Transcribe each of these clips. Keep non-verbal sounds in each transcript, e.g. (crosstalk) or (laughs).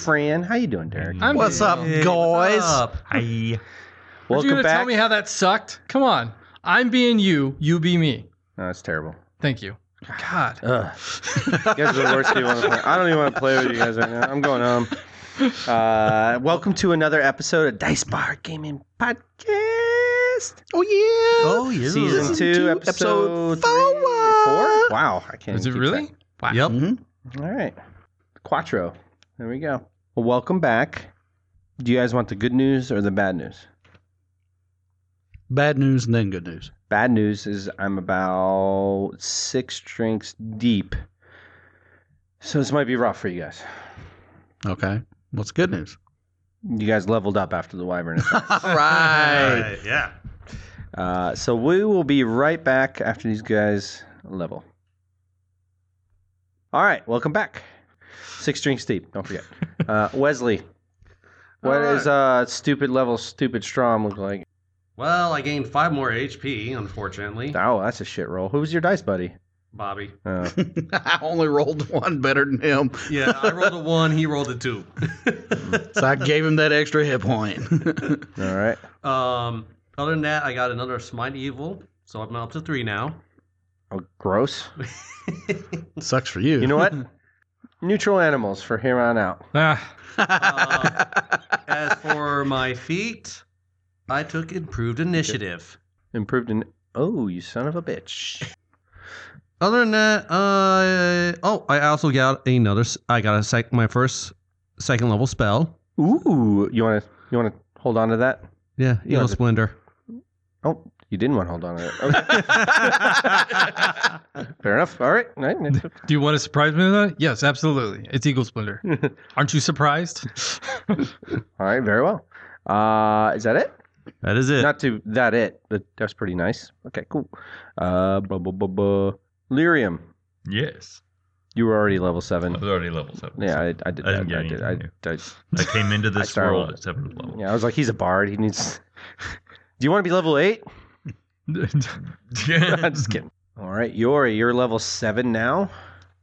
friend. How you doing, Derek? I'm What's up, Hey, guys? What's up? Hi. Are you Welcome gonna back. tell me how that sucked? Come on. I'm being you. You be me. no, that's terrible. Thank you. God. Ugh. you guys are the worst people on the planet. I don't even want to play with you guys right now. I'm going home. Uh, welcome to another episode of Dice Bar Gaming Podcast. Oh yeah. Oh, yeah. Season two, (laughs) Season two, episode, episode three- four. four. Wow, I can't. Is it keep really? Wow. Yep. track. All right, Quattro. There we go. Well, welcome back. Do you guys want the good news or the bad news? Bad news and then good news. Bad news is I'm about six drinks deep, so this might be rough for you guys. Okay. What's good news? You guys leveled up after (laughs) the Wyvern. attack. right. yeah. Uh, so we will be right back after these guys level. All right, welcome back. Six drinks deep. Don't forget, uh, Wesley. What All right. does uh, stupid level stupid Strom look like? Well, I gained five more HP, unfortunately. Oh, that's a shit roll. Who's your dice buddy? Bobby. (laughs) Uh, I only rolled (laughs) one better than him, Yeah, I rolled a one. He rolled a two. (laughs) so I gave him that extra hit point. (laughs) all right. um, other than that, I got another smite evil, so I'm up to three now. Oh, gross. Sucks for you. You (laughs) know what? Neutral animals for here on out. Ah, Uh, As for my feet, I took improved initiative. Improved in. Oh, you son of a bitch. Other than that, uh, oh, I also got another. s- I got a sec, my first second level spell. Ooh, you want to you want to hold on to that? Yeah, Yeah, Evil the- Splendor. Oh, you didn't want to hold on to it. Okay, (laughs) fair enough. All right. All right. do you want to surprise me with that? Yes, absolutely. It's Eagle Splendor. (laughs) Aren't you surprised? (laughs) All right, very well. Uh, is that it? that is it. Not to that it, but that's pretty nice. Okay, cool. Uh, blah, blah, blah, blah. Lyrium, Yes. you were already level I seven. was already level seven. Yeah, I, I did I that. didn't I, get did. I, anything I, I came (laughs) into I this started world with- at seventh level. yeah, I was like, he's a bard. He needs. (laughs) Do you want to be level eight? (laughs) (laughs) I'm just kidding. All right, Yori, you're level seven now.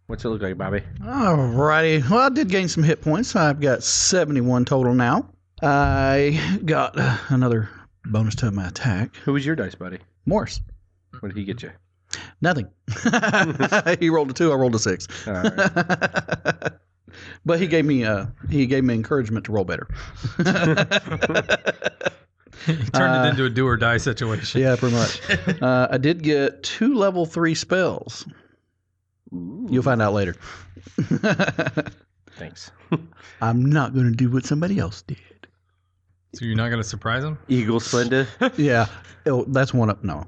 What's it look like, Bobby? Alrighty. Well, I did gain some hit points. I've got 71 total now. I got uh, another bonus to my attack. Who was your dice buddy? Morse. What did he get you? Nothing. (laughs) he rolled a two. I rolled a six. All right. (laughs) but he gave me uh, he gave me encouragement to roll (laughs) better. you turned Uh, it into a do or die situation. yeah, pretty much. Uh, I did get two level three spells. You'll find out later. Thanks. I'm not going to do what somebody else did. So you're not going to surprise him? Eagle Slender. yeah. Oh, that's one up. No.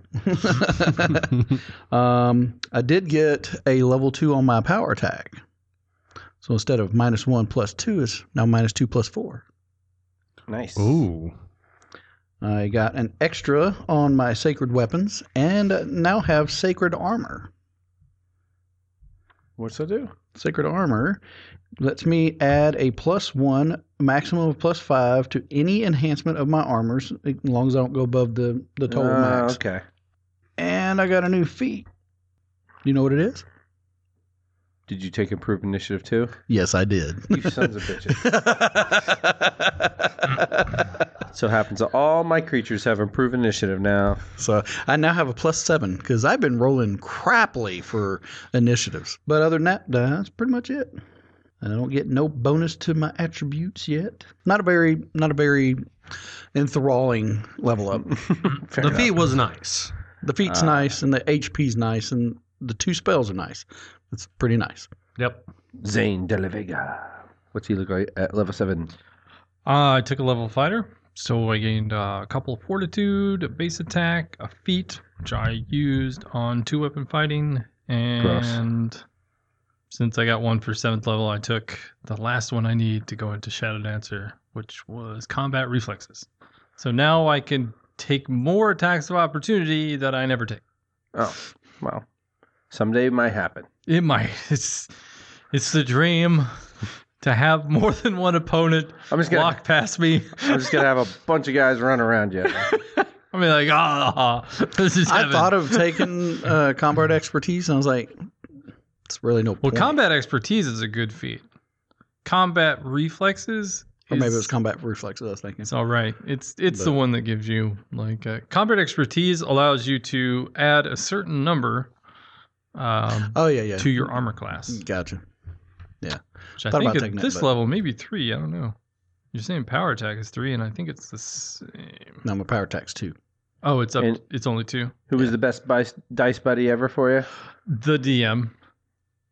um, I did get a level two on my power attack. So instead of minus one plus two, it's now minus two plus four. Nice. Ooh. I got an extra on my sacred weapons and now have sacred armor. What's that do? Sacred armor lets me add a plus one, maximum of plus five to any enhancement of my armors, as long as I don't go above the, the total Uh, max. Okay. And I got a new feat. You know what it is? Did you take improved initiative too? Yes, I did. You sons of (laughs) bitches. so happens that all my creatures have improved initiative now. (laughs) So I now have a plus seven because I've been rolling craply for initiatives. But other than that, that's pretty much it. I don't get no bonus to my attributes yet. Not a very, not a very enthralling level up. (laughs) Fair The enough. feet was nice. The feet's Uh. nice, and the HP's nice, and the two spells are nice. It's pretty nice. Yep. Zane de la Vega. What's he look like at level seven? Uh, I took a level fighter, so I gained uh, a couple of fortitude, a base attack, a feat, which I used on two weapon fighting, and since I got one for seventh level, I took the last one I need to go into Shadow Dancer, which was combat reflexes. So now I can take more attacks of opportunity that I never take. Oh, well, someday it might happen. It might. (laughs) It's it's the dream (laughs) to have more than one opponent I'm just gonna. walk past me. I'm just gonna have a bunch of guys run (laughs) around you. I mean, like, ah, (laughs) (laughs) this is I heaven. thought of taking uh, combat expertise, and I was like, it's (laughs) really no well, point. combat expertise is a good feat. combat reflexes. Or maybe it is- was combat reflexes, I was thinking. It's all right. It's it's the But- one that gives you like uh, combat expertise allows you to add a certain number um, oh, yeah, yeah. to your armor class. Gotcha. Which I Thought think about taking at it, this but- level maybe three. I don't know. You're saying power attack is three, and I think it's the same. No, I'm a power tax too. Oh, it's up. And- it's only two. Who was the best bice- dice buddy ever for you? The DM,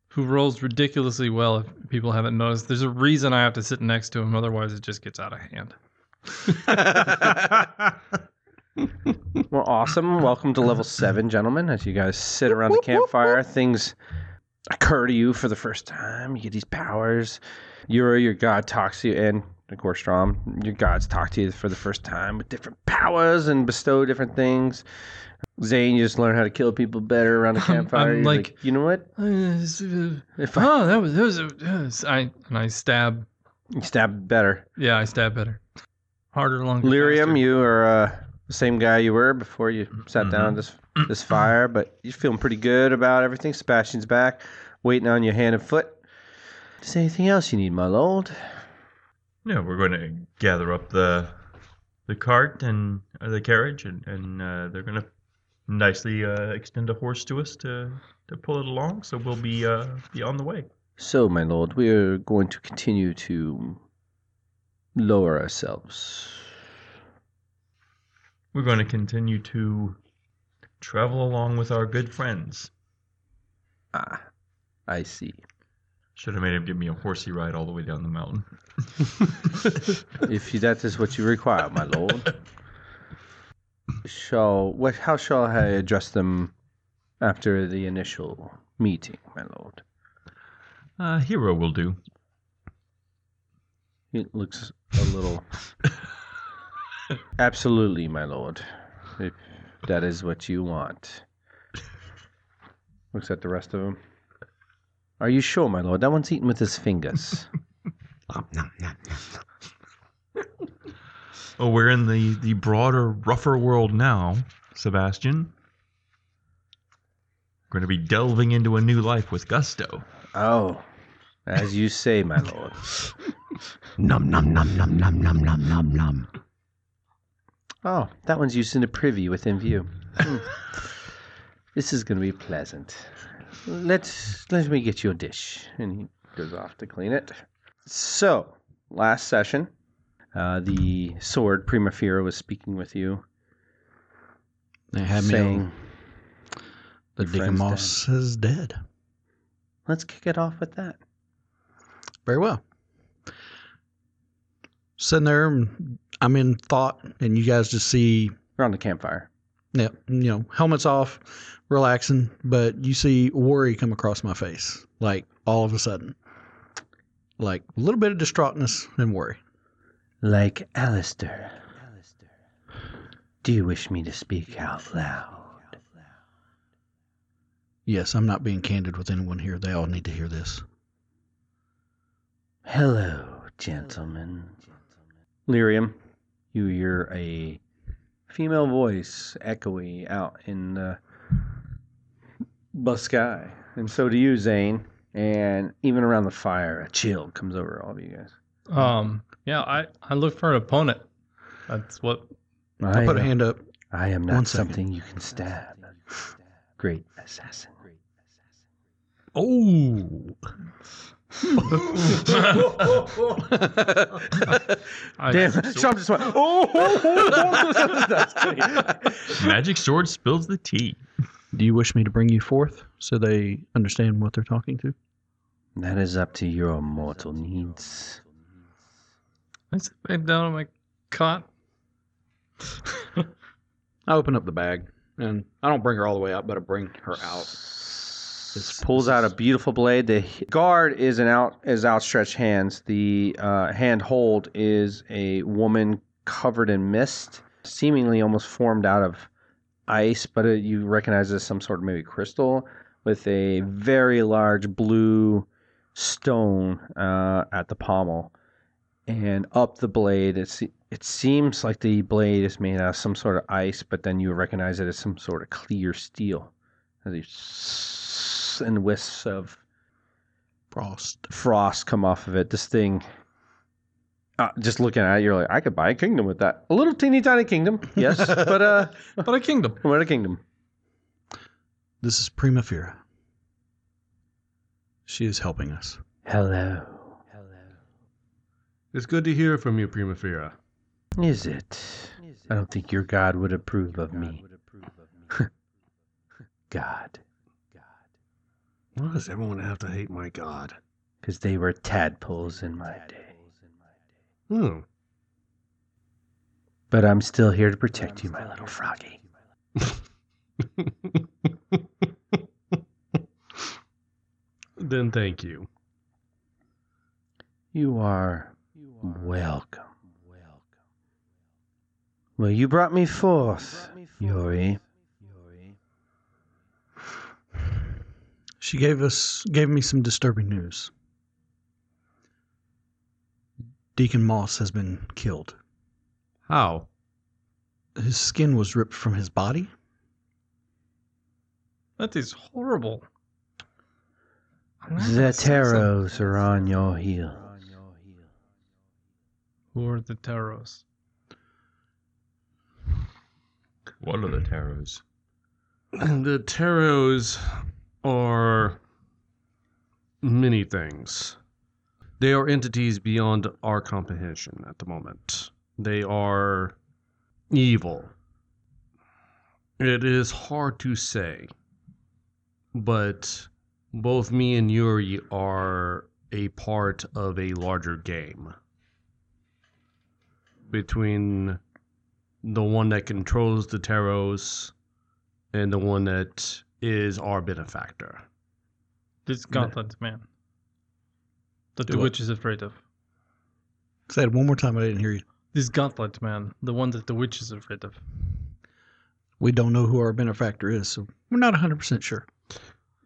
who rolls ridiculously well. If people haven't noticed, there's a reason I have to sit next to him. Otherwise, it just gets out of hand. Well, awesome. Welcome to level seven, gentlemen. As you guys sit around the campfire, things occur to you for the first time. You get these powers. Yura, your god, talks to you, and of course, Strom, your gods talk to you for the first time with different powers and bestow different things. Zane, you just learn how to kill people better around the (laughs) I'm- campfire. I'm You're like- you know what? Uh, oh, If I that was that was. a- I and I stab. stab better. Yeah, I stab better, harder, longer. Lyrium, faster. you are uh, the same guy you were before you sat down at this this fire, but you're feeling pretty good about everything. Sebastian's back, waiting on your hand and foot. Is there anything else you need, my lord? No, we're going to gather up the the cart and uh, the carriage, and, and uh, they're going to nicely uh, extend a horse to us to, to pull it along. So we'll be uh, be on the way. (laughs) So, my lord, we are going to continue to lower ourselves. We're going to continue to travel along with our good friends. Ah, I see. Should have made him give me a horsey ride all the way down the mountain. if you, that is what you require, my lord. Shall what? How shall I address them after the initial meeting, my lord? Uh, hero will do. It looks a (laughs) little. Absolutely, my lord. If that is what you want. Looks at the rest of them. Are you sure, my lord? That one's eating with his fingers. Oh, we're in the, the broader, rougher world now, Sebastian. We're going to be delving into a new life with gusto. oh, as you say, my (laughs) lord. Nom nom (laughs) nom nom nom nom nom nom nom. Oh, that one's used in a privy within view. (laughs) Hmm. this is going to be pleasant. Let's let me get your dish, and he goes off to clean it. So, last session, uh, the sword Primafira was speaking with you, They had me on saying, the your friend's Deacon Moss is dead. "Let's kick it off with that." Very well. Sitting there, and I'm in thought, and you guys just see, We're on the campfire. yeah, you know, helmets off, relaxing, but you see worry come across my face, like all of a sudden, like a little bit of distraughtness and worry. Like Alistair. Do you wish me to speak out loud? Yes, I'm not being candid with anyone here. They all need to hear this. Hello, gentlemen. Lyrium, you hear a female voice echoey out in the bus sky. And so do you, Zane. And even around the fire, a chill comes over all of you guys. Um. Yeah. I I look for an opponent. That's what. I I, put a am, hand up. I am one not second. something you can stab. Great assassin. Oh. I, Damn, Trump just went, oh! That's kidding. Magic sword spills the tea. Do you wish me to bring you forth so they understand what they're talking to? that is up to your mortal needs. I sit back down on my cot. I open up the bag, and I don't bring her all the way out, but I bring her out. This pulls out a beautiful blade. The h- guard is an out is outstretched hands. The uh, hand hold is a woman covered in mist, seemingly almost formed out of ice, but it, you recognize as some sort of maybe crystal with a very large blue stone uh, at the pommel, and up the blade. It's it seems like the blade is made out of some sort of ice, but then you recognize it as some sort of clear steel as he s- and wisps of Frost. frost come off of it. This thing, uh, just looking at it, you're like, I could buy a kingdom with that. A little teeny tiny kingdom, yes, but uh, But a kingdom. (laughs) what a kingdom. This is Primavera. She is helping us. Hello. It's good to hear from you, Primavera. Is it? I don't think your God would approve of me. God, Why does everyone have to hate my god? because they were tadpoles in my day. Hmm. But I'm still here to protect you, my little froggy. then thank you. You are welcome. Well, you brought me forth, Yuri. She gave us gave me some disturbing news. Deacon Moss has been killed. How? His skin was ripped from his body. That is horrible. I'm not gonna The say something. taros are on your heels. Who are the taros? What are the taros? (clears throat) The taros are many things. They are entities beyond our comprehension at the moment. They are evil. It is hard to say, but both me and Yuri are a part of a larger game. Between the one that controls the taros and the one that is our benefactor. This gauntlet man. That Do the what? witch is afraid of. Say it one more time. I didn't hear you. This gauntlet man, the one that the witch is afraid of. We don't know who our benefactor is, so we're not 100% sure.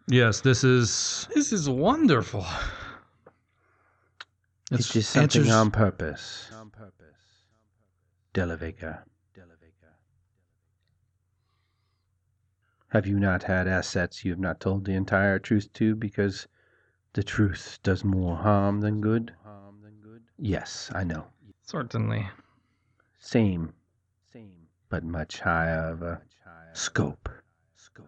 Yes, this is This is wonderful. It's just something answers- on purpose. On purpose. Delavega. Have you not had assets you have not told the entire truth to because the truth does more harm than good? Harm than good? Yes, I know. Certainly. Same. Same. But much higher of a scope. Scope.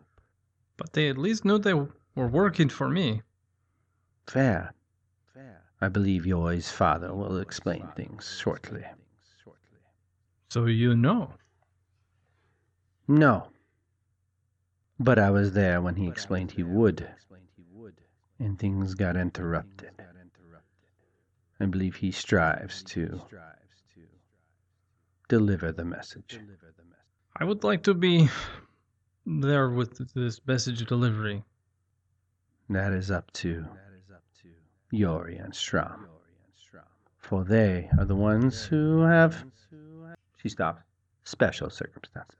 But they at least knew they were working for me. Fair. Fair. I believe Yori's father will explain things shortly. So you know. No. But I was there when he explained he would. And things got interrupted. I believe he strives to deliver the message. I would like to be there with this message delivery. That is up to Yori and Strom. For they are the ones who have. She stopped. Special circumstances.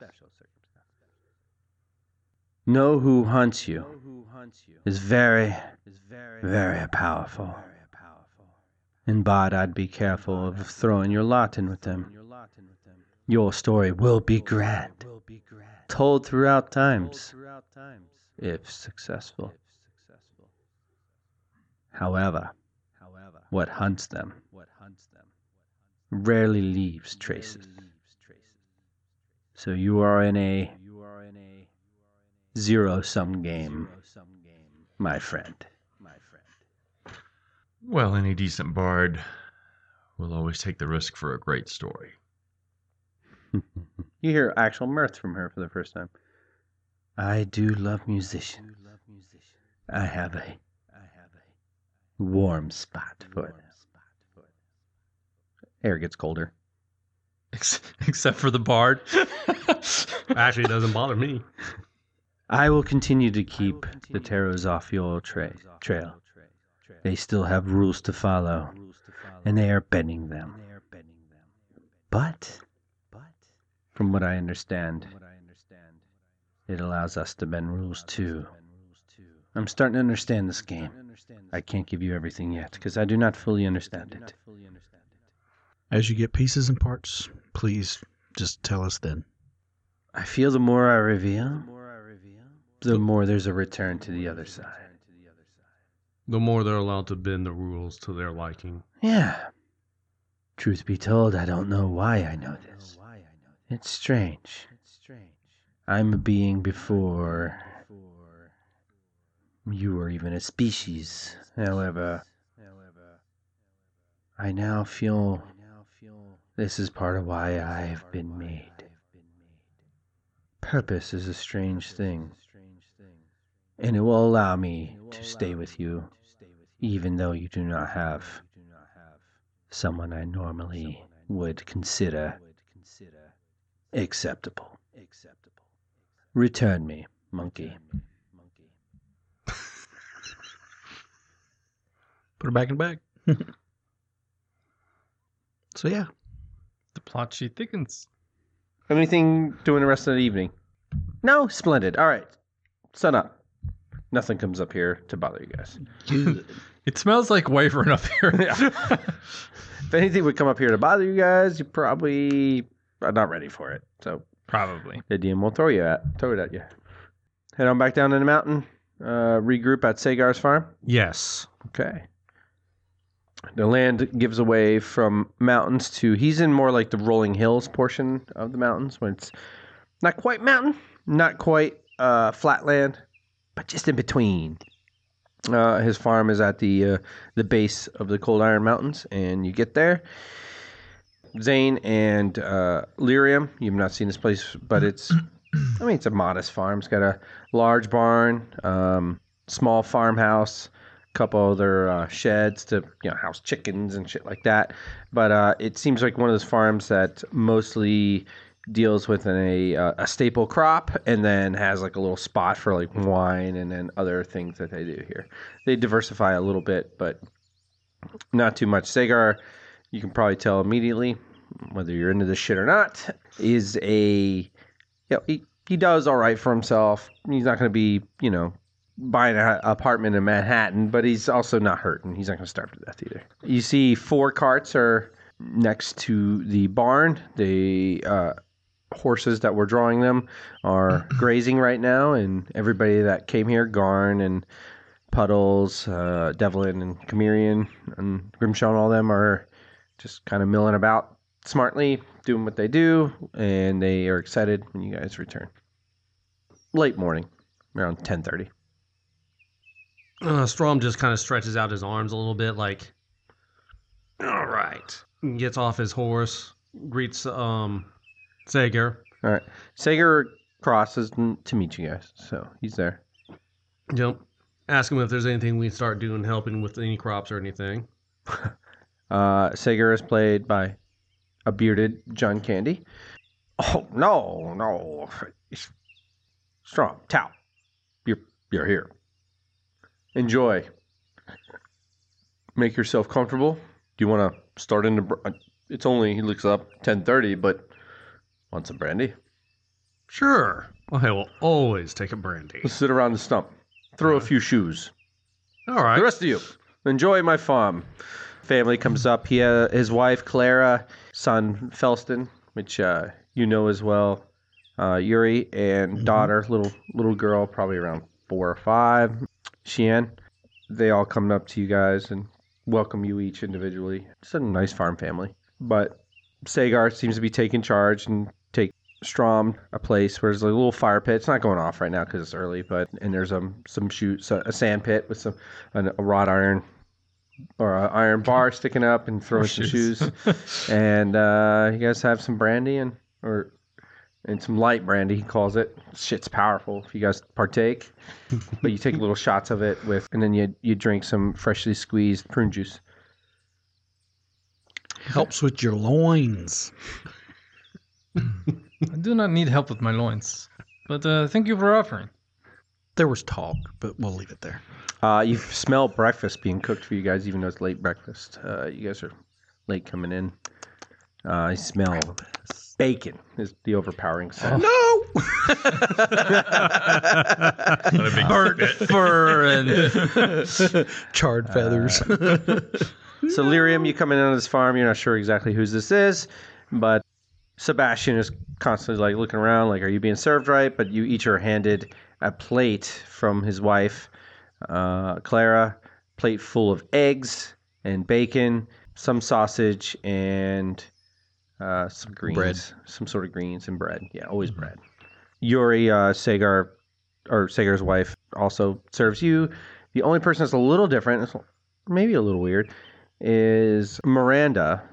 Know who hunts you is very, very powerful. And Bod, I'd be careful of throwing your lot in with them. Your story will be grand, told throughout times, if successful. However, what hunts them rarely leaves traces. So you are in a zero sum game, my friend. Well, any decent bard will always take the risk for a great story. You hear actual mirth from her for the first time. I do love musicians. I have a warm spot for them. Air gets colder. Ex- Except for the bard. (laughs) actually it doesn't bother me. I will continue to keep the taros off your tra- trail. They still have rules to follow, and they are bending them. But, from what I understand, it allows us to bend rules too. I'm starting to understand this game. I can't give you everything yet because I do not fully understand it. As you get pieces and parts, please just tell us then. I feel the more I reveal, the more there's a return to the other side. The more they're allowed to bend the rules to their liking. Yeah. Truth be told, I don't know why I know this. It's strange. I'm a being before you were even a species. However, I now feel this is part of why I've been made. Purpose is a strange thing, and it will allow me to stay with you, even though you do not have someone I normally would consider acceptable. Return me, monkey. Put her back in the bag. so yeah, The plot sheet thickens. Anything doing the rest of the evening? No? Splendid. All right. Sun up. Nothing comes up here to bother you guys. (laughs) It smells like wavering up (laughs) here. If anything would come up here to bother you guys, you probably are not ready for it. So Probably. the DM will throw you at throw it at you. Head on back down in the mountain. Uh, regroup at Sagar's farm. Yes. Okay. The land gives away from mountains to he's in more like the rolling hills portion of the mountains when it's not quite mountain, not quite uh, flatland, but just in between. Uh, his farm is at the uh, the base of the Cold Iron Mountains, and you get there. Zane and uh, Lyrium, you've not seen this place, but it's I mean it's a modest farm. It's got a large barn, um, small farmhouse couple other uh, sheds to you know house chickens and shit like that. But uh, it seems like one of those farms that mostly deals with an, a uh, a staple crop and then has like a little spot for like wine and then other things that they do here. They diversify a little bit, but not too much. Sagar, you can probably tell immediately whether you're into this shit or not, is a you know, he, he does all right for himself. He's not going to be, you know, buying an apartment in Manhattan, but he's also not hurting. He's not going to starve to death either. You see, four carts are next to the barn. The uh, horses that were drawing them are grazing right now, and everybody that came here, Garn and Puddles, uh, Devlin and Camerian and Grimshaw and all them are just kind of milling about smartly, doing what they do, and they are excited when you guys return. Late morning, around ten thirty. Uh, Strom just kind of stretches out his arms a little bit, like, all right. And Gets off his horse, greets um, Sager. All right. Sager crosses n- to meet you guys, so he's there. Yep. Ask him if there's anything we can start doing, helping with any crops or anything. Uh, Sager is played by a bearded John Candy. Oh no, no, Strong Tao, you're you're here. Enjoy. Make yourself comfortable. Do you want to start in the? Br- uh, it's only he looks up ten thirty, but want some brandy? Sure. I will always take a brandy. Let's sit around the stump. Throw a few shoes. All right. The rest of you, enjoy my farm. Family comes up. He, uh, his wife Clara, son Felston, which uh, you know as well, uh, Yuri, Mm-hmm. and daughter, little little girl, probably around four or five, Shean. They all come up to you guys and welcome you each individually. It's a nice farm family, but Sagar seems to be taking charge and take Strom a place where there's a little fire pit. It's not going off right now because it's early, but and there's um some shoot so- a sand pit with some an, a wrought iron or a iron bar sticking up and throwing some shoes. and uh, you guys have some brandy and or and some light brandy. He calls it. Shit's powerful. If you guys partake, but you take little shots of it with, and then you you drink some freshly squeezed prune juice. helps with your loins. I do not (laughs) need help with my loins. But uh, thank you for offering. There was talk, but we'll leave it there. Uh, you smell breakfast being cooked for you guys, even though it's late breakfast. Uh, you guys are late coming in. Uh, I smell bacon is the overpowering scent. No, (laughs) On (laughs) a big spit. fur (laughs) and (laughs) Uh, charred feathers. So Lyrium, you come in on this farm. You're not sure exactly whose this is, but Sebastian is constantly like looking around, like, "Are you being served right?" But you each are handed a plate from his wife, uh, Clara, plate full of eggs and bacon, some sausage, and uh, some greens, Bread. some sort of greens and bread. Yeah, always bread. Yuri uh, Sagar, or Sagar's wife, also serves you. The only person that's a little different, it's maybe a little weird, is Miranda.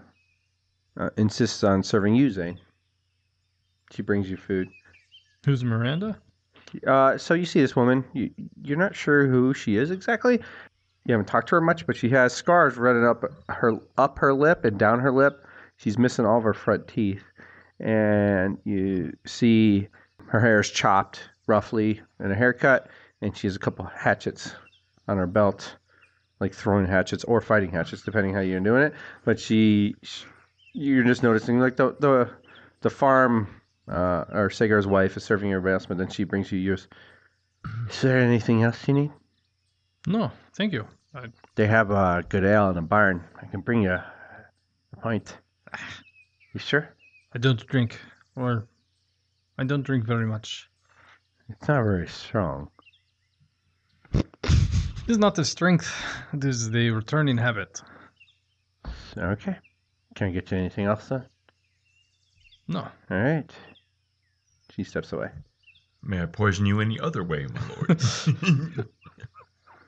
Uh, insists on serving you, Zane. She brings you food. Who's Miranda? Uh, so you see this woman. You, you're not sure who she is exactly. You haven't talked to her much, but she has scars running up her up her lip and down her lip. She's missing all of her front teeth, and you see her hair is chopped roughly in a haircut, and she has a couple hatchets on her belt, like throwing hatchets or fighting hatchets, depending how you're doing it. But she, sh you're just noticing like the the the farm uh, or Sagar's wife is serving your investment, and she brings you yours. Is there anything else you need? No, thank you. They have a good ale in a barn. I can bring you a pint. You sure? I don't drink, or I don't drink very much. It's not very strong. It is not the strength, (laughs) it is the returning habit. Okay. Can I get you anything else then? No, All right. She steps away. May I poison you any other way, my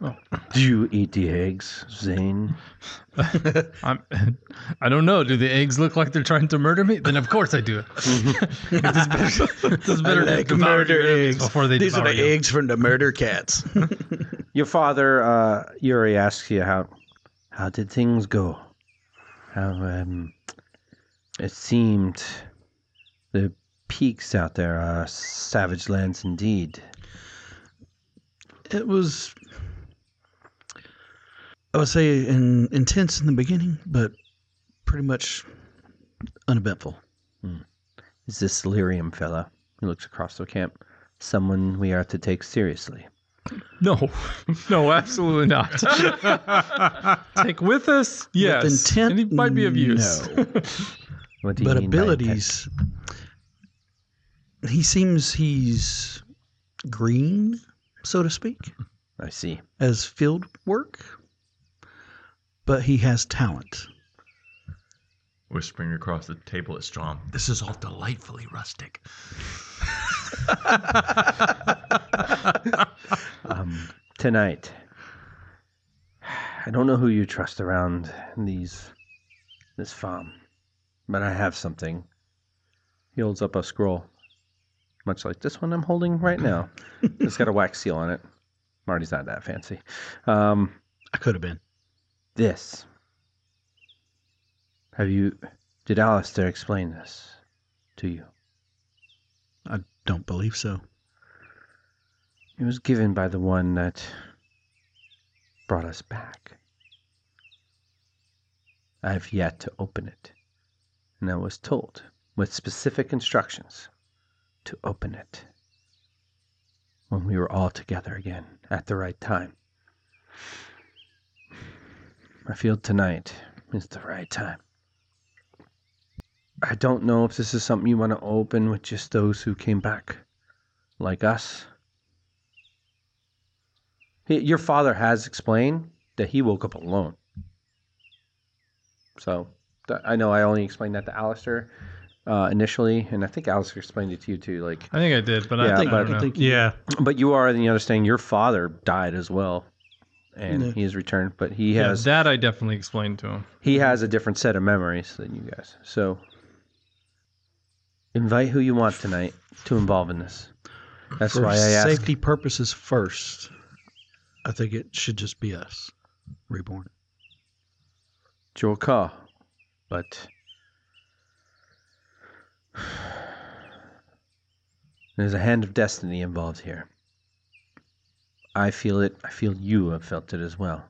lord? (laughs) Do you eat the eggs, Zane? I'm. (laughs) I don't know. Do the eggs look like they're trying to murder me? Then of course I do. it is better, (laughs) it is better to like devour murder your enemies eggs. before they These are devour the you. eggs from the murder cats. Your father, uh, Yuri, asks you how how did things go? How um, it seemed the peaks out there are savage lands indeed. it was I would say in, intense in the beginning, but pretty much uneventful. Hmm. Is this Lyrium fella? He looks across the camp. Someone we are to take seriously. No, (laughs) no, absolutely not. Take with us, yes, intent, and it might be of use. no. What do you but mean by abilities he seems he's green, so to speak, intent? (laughs) I see. as field work. But he has talent. Whispering across the table at Strom. This is all delightfully (laughs) rustic. Um, tonight, (sighs) I don't know who you trust around these this farm, but I have something. He holds up a scroll, much like this one I'm holding right now. it's got a wax seal on it. Marty's not that fancy. Um, I could have been. this. Have you? Did Alistair explain this to you? I don't believe so. It was given by the one that brought us back. I have yet to open it, and I was told with specific instructions to open it when we were all together again at the right time. I feel tonight is the right time. I don't know if this is something you want to open with just those who came back, like us. He- Your father has explained that he woke up alone. So th- I know I only explained that to Alistair uh, initially, and I think Alistair explained it to you too. Like, I think I did, but I, Yeah, I but- don't know. yeah. but you are in the understanding your father died as well, and Yeah. he has returned, but he Yeah, has that I definitely explained to him. he has a different set of memories than you guys. So invite who you want tonight to involve in this. That's For why I asked. safety purposes first, I think it should just be us reborn. your call, but there's a hand of destiny involved here. I feel it. I feel you have felt it as well.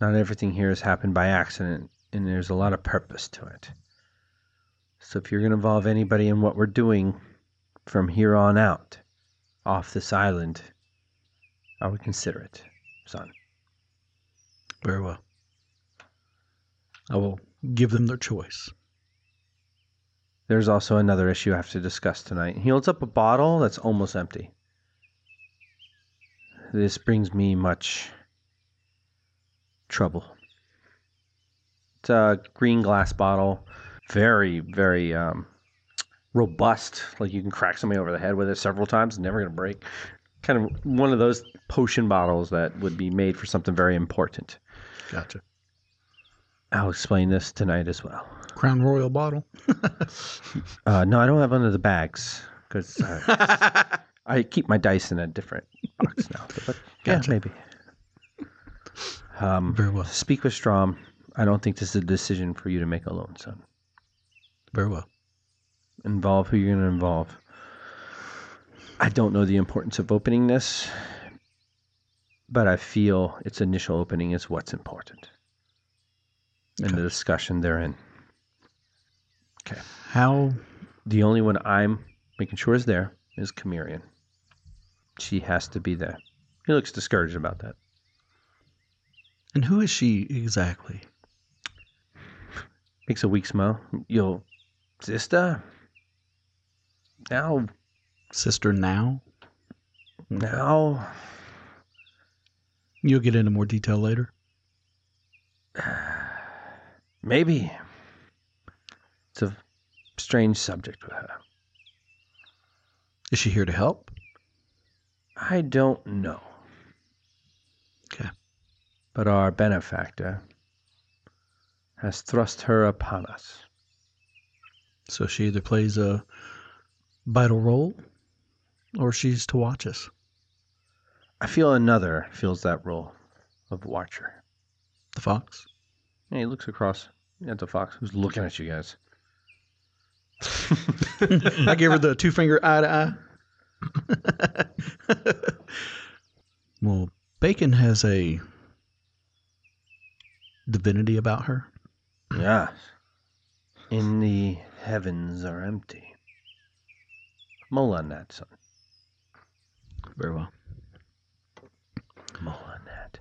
Not everything here has happened by accident, and there's a lot of purpose to it. So if you're going to involve anybody in what we're doing from here on out, off this island, I would consider it, son. Very well. I will give them their choice. There's also another issue I have to discuss tonight. He holds up a bottle that's almost empty. This brings me much trouble. It's a uh, green glass bottle, very, very um, robust. Like you can crack somebody over the head with it several times, never going to break. Kind of one of those potion bottles that would be made for something very important. Gotcha. I'll explain this tonight as well. Crown Royal bottle. (laughs) (laughs) Uh, no, I don't have one of the bags because uh, (laughs) I keep my dice in a different box now. But, but Gotcha. yeah, maybe. Um, Very well. Speak with Strom. I don't think this is a decision for you to make alone, son. Very well. Involve who you're going to involve. I don't know the importance of opening this, but I feel its initial opening is what's important. And the discussion therein. How? The only one I'm making sure is there is Camirian. She has to be there. He looks discouraged about that. And who is she exactly? Makes a weak smile. Yo, sister? Now, Sister now? now, You'll get into more detail later. maybe. It's a strange subject with her. Is she here to help? I don't know. Okay. But our benefactor has thrust her upon us. So she either plays a vital role or she's to watch us. I feel another fills that role of watcher. The fox? Yeah, he looks across at the fox who's looking at you guys. I gave her the two finger eye to eye. well, Bacon has a divinity about her. Yeah. In the heavens are empty. Mull on that, son. Very well. Mull on that.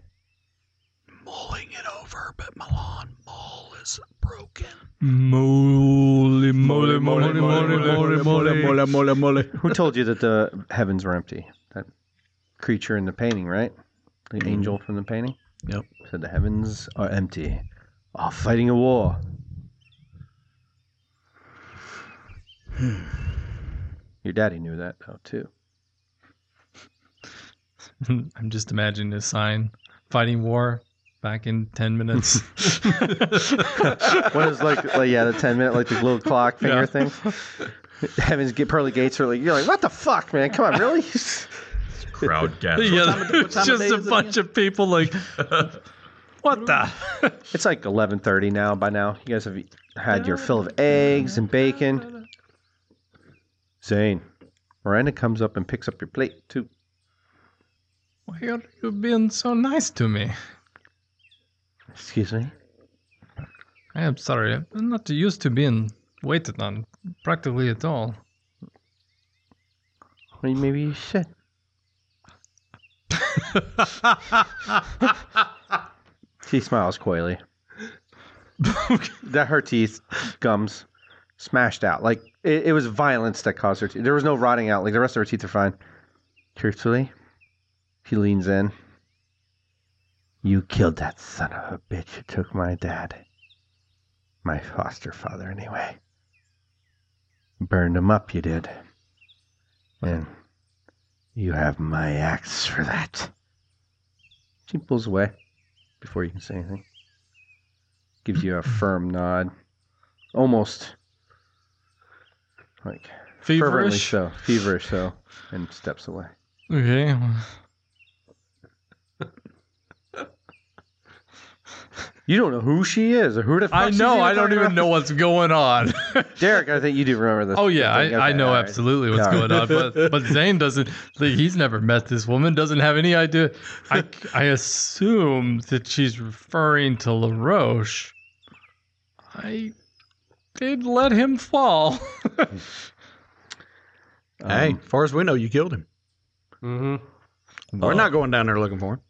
Mulling it over, but Milan Mall is broken. Moly, moly, moly, moly, moly, moly, moly. mole, mole. Who told you that the heavens were empty? That creature in the painting, right? The angel from the painting? Yep. Said the heavens are empty. Oh, fighting a war. Your daddy knew that, though, too. (laughs) I'm just imagining this sign fighting war back in 10 minutes. What is like, like yeah, the ten minute like the little clock finger Yeah. thing. Heaven's get pearly gates are like you're like what the fuck, man? Come on, really? (laughs) Crowd gathering. yeah, (laughs) it's time of just day a is it bunch of people (laughs) like, what the? it's like eleven thirty now. By now, you guys have had your fill of eggs and bacon. Zane, Miranda comes up and picks up your plate too. Why are you being so nice to me? Excuse me. I am sorry. I'm not used to being waited on practically at all. Well, maybe you should. she smiles coyly. that her teeth, gums, smashed out. Like it, it was violence that caused her. Te- there was no rotting out. Like the rest of her teeth are fine. Truthfully, she leans in. You killed that son of a bitch who took my dad. My foster father, anyway. Burned him up, you did. And you have my axe for that. She pulls away before you can say anything. Gives you a firm nod. Almost like fervently Feverish. so. Feverish so. And steps away. Okay. You don't know who she is or who the fuck I she's know. I don't talking even about. know what's going on. (laughs) Derek, I think you do remember this. Oh yeah, I, thing. I Okay, know all right. absolutely what's All right. going on, but but Zane doesn't. Like, he's never met this woman. Doesn't have any idea. I I assume that she's referring to Laroche. I did let him fall. (laughs) Hey, Um, far as we know, you killed him. Mm-hmm. We're Oh. not going down there looking for him.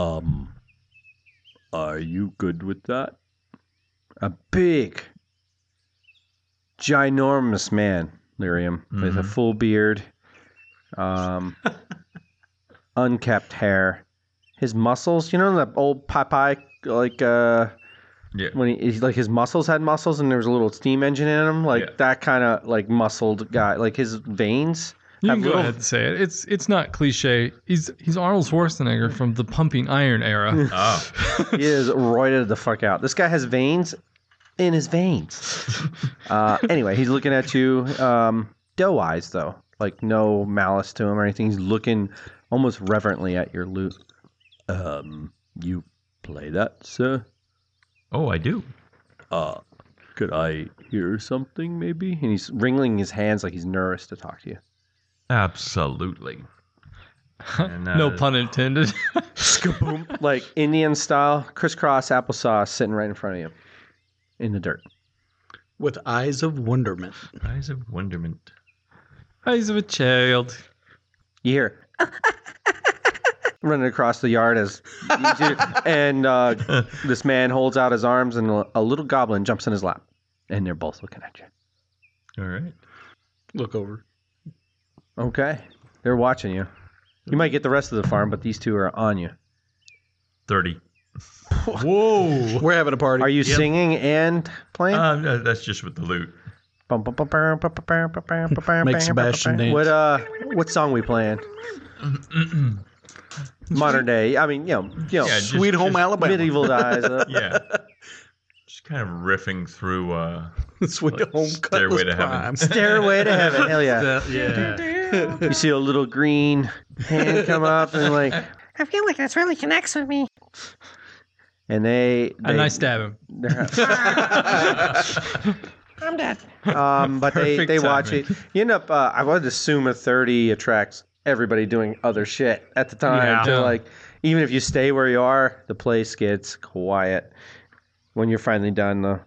Um, are you good with that? A big, (laughs) ginormous man, Lyrium, with a Mm-hmm. Mhm. (laughs) full beard, um, unkept hair. his muscles. You know that old Popeye like uh Yeah. when he he's like his muscles had muscles and there was a little steam engine in him like Yeah. that kind of like muscled guy like his veins. You Have can go little- ahead and say it. It's it's not cliche. He's he's Arnold Schwarzenegger from the Pumping Iron (laughs) era. Oh, Ah, He is roided the fuck out. This guy has veins in his (laughs) veins. (laughs) Uh, anyway, he's looking at you, um, doe eyes though, like no malice to him or anything. He's looking almost reverently at your loot. Um, you play that, sir? oh, I do. Uh, could I hear something maybe? And he's wringing his hands like he's nervous to talk to you. Absolutely. And, (laughs) no uh, pun intended. Like Indian style, crisscross applesauce sitting right in front of you in the dirt. with eyes of wonderment. Eyes of wonderment. (laughs) Eyes of a child. You hear running across the yard as and uh, (laughs) this man holds out his arms and a little goblin jumps in his lap and they're both looking at you. All right. Look over. Okay, they're watching you. You might get the rest of the farm, but these two are on you. 30. Whoa. We're having a party. Are you singing and playing? Uh, no, that's just with the loot. Make Make Sebastian dance. What uh, what song we (clears throat) playing? Modern day. I mean, you know, you know, Yeah, just- Sweet Home just- Alabama. (laughs) medieval uh, dies. Up. Yeah. just kind of riffing through. (laughs) Uh, Sweet Home Stairway Cutlass to Heaven. (laughs) Prime. Stairway to heaven. Hell yeah. That- yeah. You see a little green hand come up and like, I feel like this really connects with me. and they, they And I stab him. they're- (laughs) I'm dead. (laughs) um, but they Perfect they watch timing. it. You end up, uh, I would assume a thirty attracts everybody doing other shit at the time. Yeah. So, like, even if you stay where you are, the place gets quiet. When you're finally done, uh,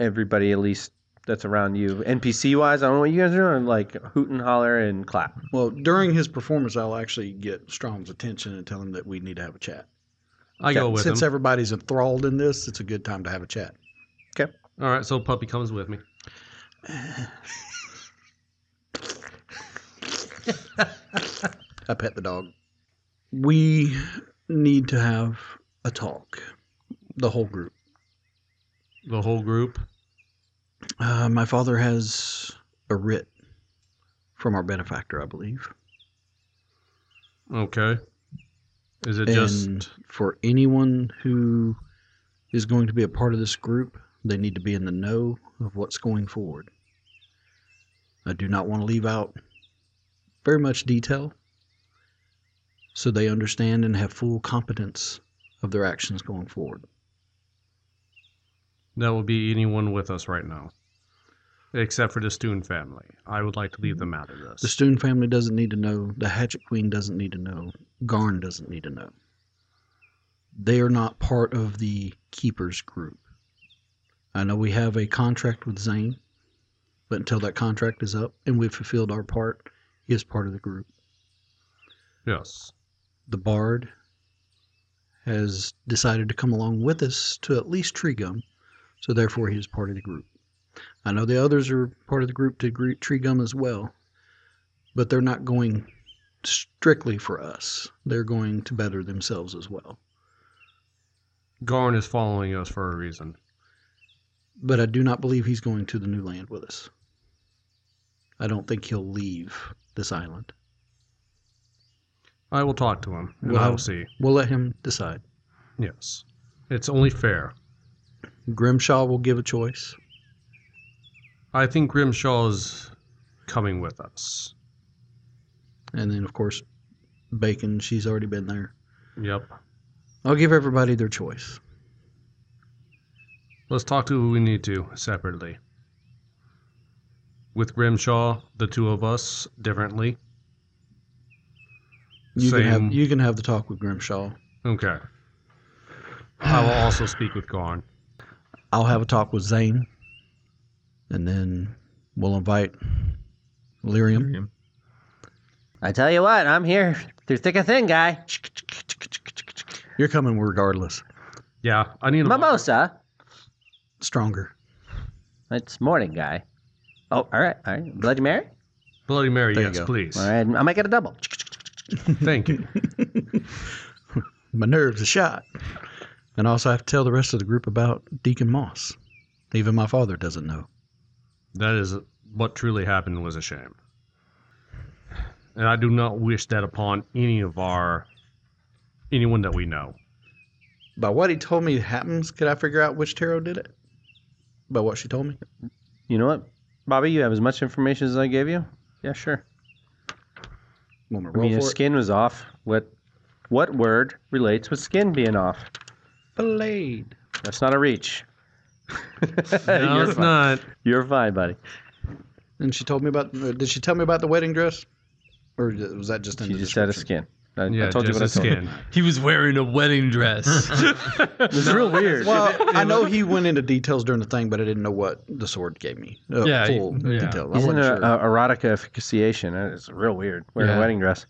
everybody at least that's around you, NPC wise, I don't know what you guys are doing, like hoot and holler and clap. Well, during his performance, I'll actually get Strom's attention and tell him that we need to have a chat. I go with Since him. everybody's enthralled in this, it's a good time to have a chat. All right, so puppy comes with me. I pet the dog. (sighs) We need to have a talk, the whole group. The whole group. Uh, my father has a writ from our benefactor, I believe. Okay. Is it just And for anyone who is going to be a part of this group, they need to be in the know of what's going forward. I do not want to leave out very much detail so they understand and have full competence of their actions going forward. that will be anyone with us right now? Except for the Stoon family. I would like to leave them out of this. The Stoon family doesn't need to know. The Hatchet Queen doesn't need to know. Garn doesn't need to know. They are not part of the Keepers group. I know we have a contract with Zane, but until that contract is up and we've fulfilled our part, he is part of the group. yes. The Bard has decided to come along with us to at least Tree Gum, so therefore he is part of the group. I know the others are part of the group to gre- Tree Gum as well, but they're not going strictly for us. They're going to better themselves as well. Garn is following us for a reason. But I do not believe he's going to the new land with us. I don't think he'll leave this island. I will talk to him. And I Well- will see. We'll let him decide. Yes. It's only fair. Grimshaw will give a choice. I think Grimshaw's coming with us. And then, of course, Bacon, she's already been there. Yep. I'll give everybody their choice. Let's talk to who we need to separately. With Grimshaw, the two of us differently. You can Same. have you can have the talk with Grimshaw. Okay. I will also speak with Garn. I'll have a talk with Zane, and then we'll invite Lyrium. I tell you what, I'm here through thick and thin, guy. You're coming regardless, Yeah, I need a Mimosa. stronger. It's morning, guy. Oh, all right, all right. Bloody Mary. Bloody Mary, There you yes, go. please. All right, I might get a double. Thank you. (laughs) my nerves are shot. And also, I have to tell the rest of the group about Deacon Moss. Even my father doesn't know. That is what truly happened was a shame. And I do not wish that upon any of our anyone that we know. By what he told me happens, could I figure out which tarot did it? By what she told me? You know what, Bobby? You have as much information as I gave you. Yeah, sure. Want me to I roll mean, for if it? skin was off, what what word relates with skin being off? Blade. That's not (laughs) a reach. No, you're it's fine. not. You're fine, buddy. And she told me about. uh, Did she tell me about the wedding dress, or was that just in She the just said a description? skin. I, I Yeah, told you just what I his told you. (laughs) skin. He was wearing a wedding dress. It's real weird. Well, I know he went into details during the thing, but I didn't know what the sword gave me. Uh, Yeah, he- full yeah. detail. I He's in wasn't a, uh, sure. a erotica asphyxiation. Uh, It's real weird. Wearing Yeah. a wedding dress.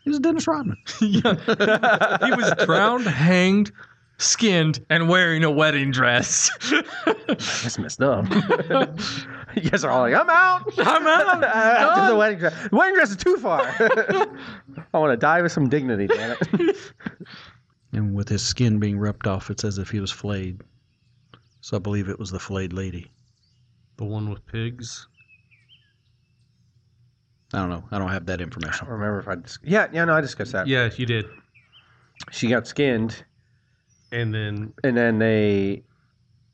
he was Dennis Rodman. he was drowned, hanged, skinned, and wearing a wedding dress. That's (laughs) messed up. (laughs) you guys are all like, I'm (laughs) out. I'm out. (laughs) After the wedding dress. The wedding dress is too far. (laughs) I want to die with some dignity, damn it. (laughs) And with his skin being ripped off, it's as if he was flayed. So I believe it was the flayed lady. The (laughs) one with pigs. I don't know. I don't have that I information. don't remember if I. Dis- yeah, yeah, no, I discussed that. Yeah, you did. She got skinned, And then and then they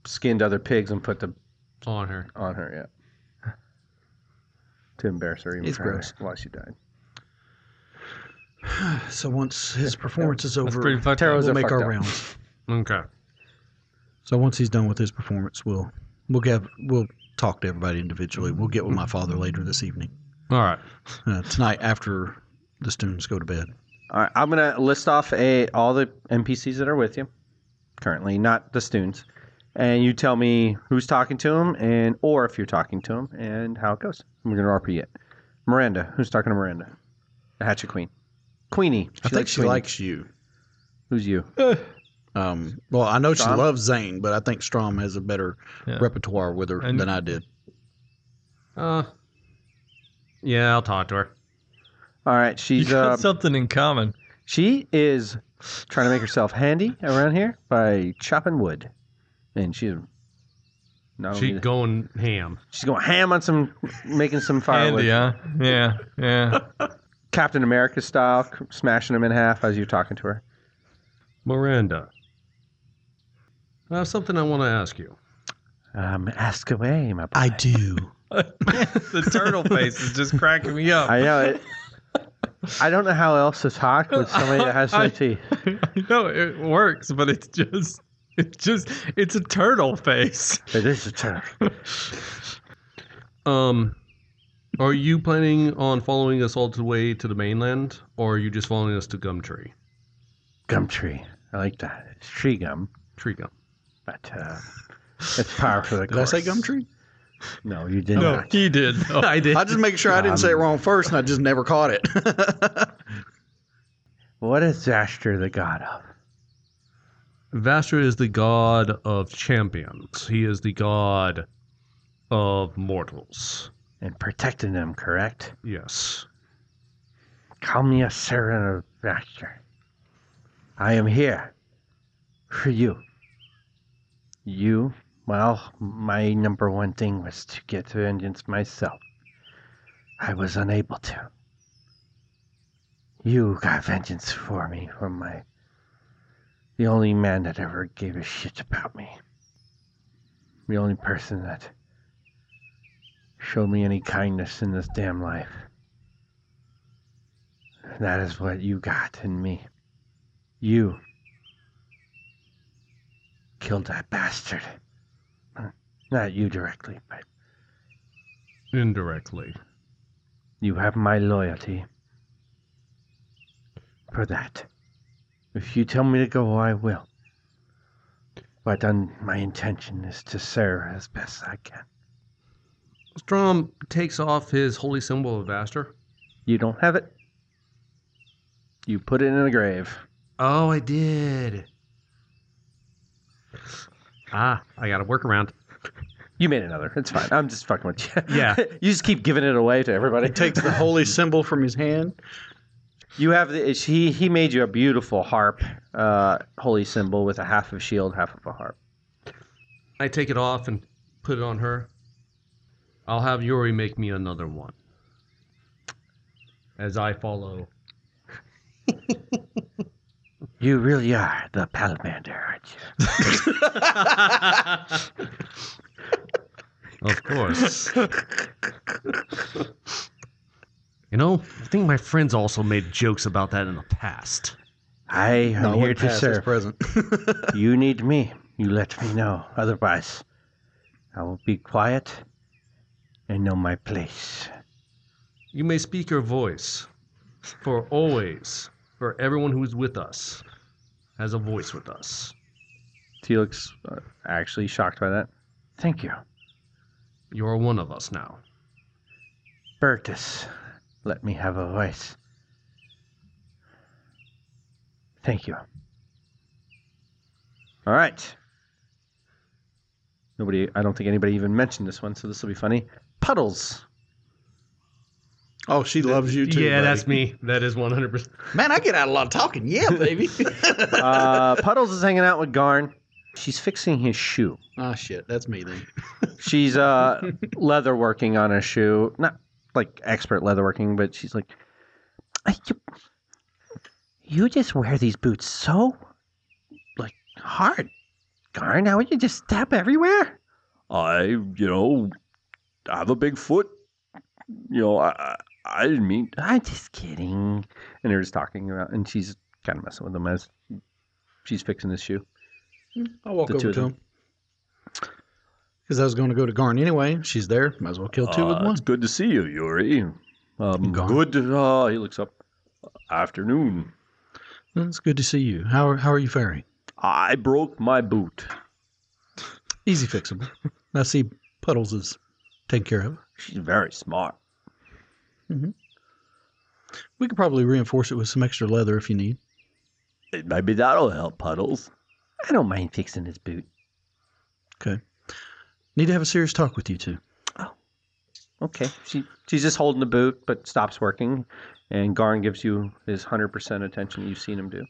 skinned other pigs and put the it's on her. on her. Yeah. To embarrass her even It's further gross. while she died. (sighs) So once his performance is That's over, pretty fucked up. Tarot's we'll are make fucked our up. rounds. Okay. So once he's done with his performance, we'll we'll get we'll talk to everybody individually. We'll get with my father later this evening. All right. Uh, tonight after the students go to bed. All right, I'm gonna list off a all the NPCs that are with you currently, not the students, and you tell me who's talking to them and or if you're talking to them and how it goes. We're gonna RP it. Miranda, who's talking to Miranda? The Hatchet Queen, Queenie. I think she Queenie. likes you. Who's you? Um, well, I know she Strom? loves Zane, but I think Strom has a better Yeah. repertoire with her And- than I did. Uh yeah, I'll talk to her. All right, You she's uh, got something in common. she is trying to make herself handy around here by chopping wood, and she's not She only going ham. she's going ham on some making some firewood. Andy, huh? Yeah, yeah. (laughs) Captain America style, c- smashing them in half as you're talking to her. Miranda. I have something I want to ask you. Um, ask away, my boy. I do. the turtle face is just cracking me up. I know it. I don't know how else to talk with somebody that has E (laughs) no I- teeth. I know it works, but it's just, it's just, it's a turtle face. It is a turn. Um, are you planning on following us all the way to the mainland, or are you just following us to Gumtree? Gum tree. I like that. It's tree gum, Tree gum. but uh, it's power for the Did I say course. Gumtree? No, you did No, not. (laughs) he did. I did. I just make sure I didn't say it wrong first, and I just never caught it. (laughs) What is Zaster the god of? Vasher is the god of champions. He is the god of mortals. And protecting them, correct? Yes. Call me a servant of Zaster. I am here for you. You, well, my number one thing was to get vengeance myself. I was unable to. You got vengeance for me from my. the only man that ever gave a shit about me. The only person that showed me any kindness in this damn life. And that is what you got in me. You killed that bastard. Not you directly, but Indirectly. you have my loyalty for that. If you tell me to go, I will. But um, my intention is to serve as best I can. Strom takes off his holy symbol of Vasher. You don't have it. You put it in a grave. Oh, I did. Ah, I got a workaround. You made another. It's fine. I'm just fucking with (laughs) you. Yeah. (laughs) you just keep giving it away to everybody. Takes the holy symbol from his hand, You have the, it's- he he made you a beautiful harp, uh, holy symbol with a half of shield, half of a harp. I take it off and put it on her. I'll have Yuri make me another one. As I follow. You really are the Palamander, aren't you? (laughs) Of course. you know, I think my friends also made jokes about that in the past. I am No, here what to past is serve. present. (laughs) You need me. You let me know. Otherwise, I will be quiet and know my place. You may speak your voice, for always, for everyone who's with us, has a voice with us. He looks uh, actually shocked by that. Thank you. You're one of us now. Bertus, let me have a voice. Thank you. All right. Nobody, I don't think anybody even mentioned this one, so this will be funny. Puddles. oh, she loves you too. yeah, buddy. that's me. That is 100%. Man, I get out a lot of talking. Yeah, baby. Uh, Puddles is hanging out with Garn. She's fixing his shoe. oh shit, that's me then. She's uh, leather working on a shoe. Not like expert leather working, but she's like, I- you, you just wear these boots so, like, hard. Garn, how would you just step everywhere? I, you know, have a big foot. You know, I, I, I didn't mean. I'm just kidding. and they're just talking about, and she's kind of messing with him as she's fixing his shoe. I'll walk The over two of to him. Because I was going to go to Garn anyway. She's there. Might as well kill two uh, with one. It's good to see you, Yuri. Um, Gone. good. Uh, he looks up. Afternoon. Well, It's good to see you. How are, how are you faring? I broke my boot. Easy fixable. (laughs) I see Puddles is taken care of. She's very smart. We could probably reinforce it with some extra leather if you need. Maybe that'll help, Puddles. I don't mind fixing his boot. Need to have a serious talk with you two. Okay. She she's just holding the boot, but stops working, and Garn gives you his hundred percent attention. You've seen him do.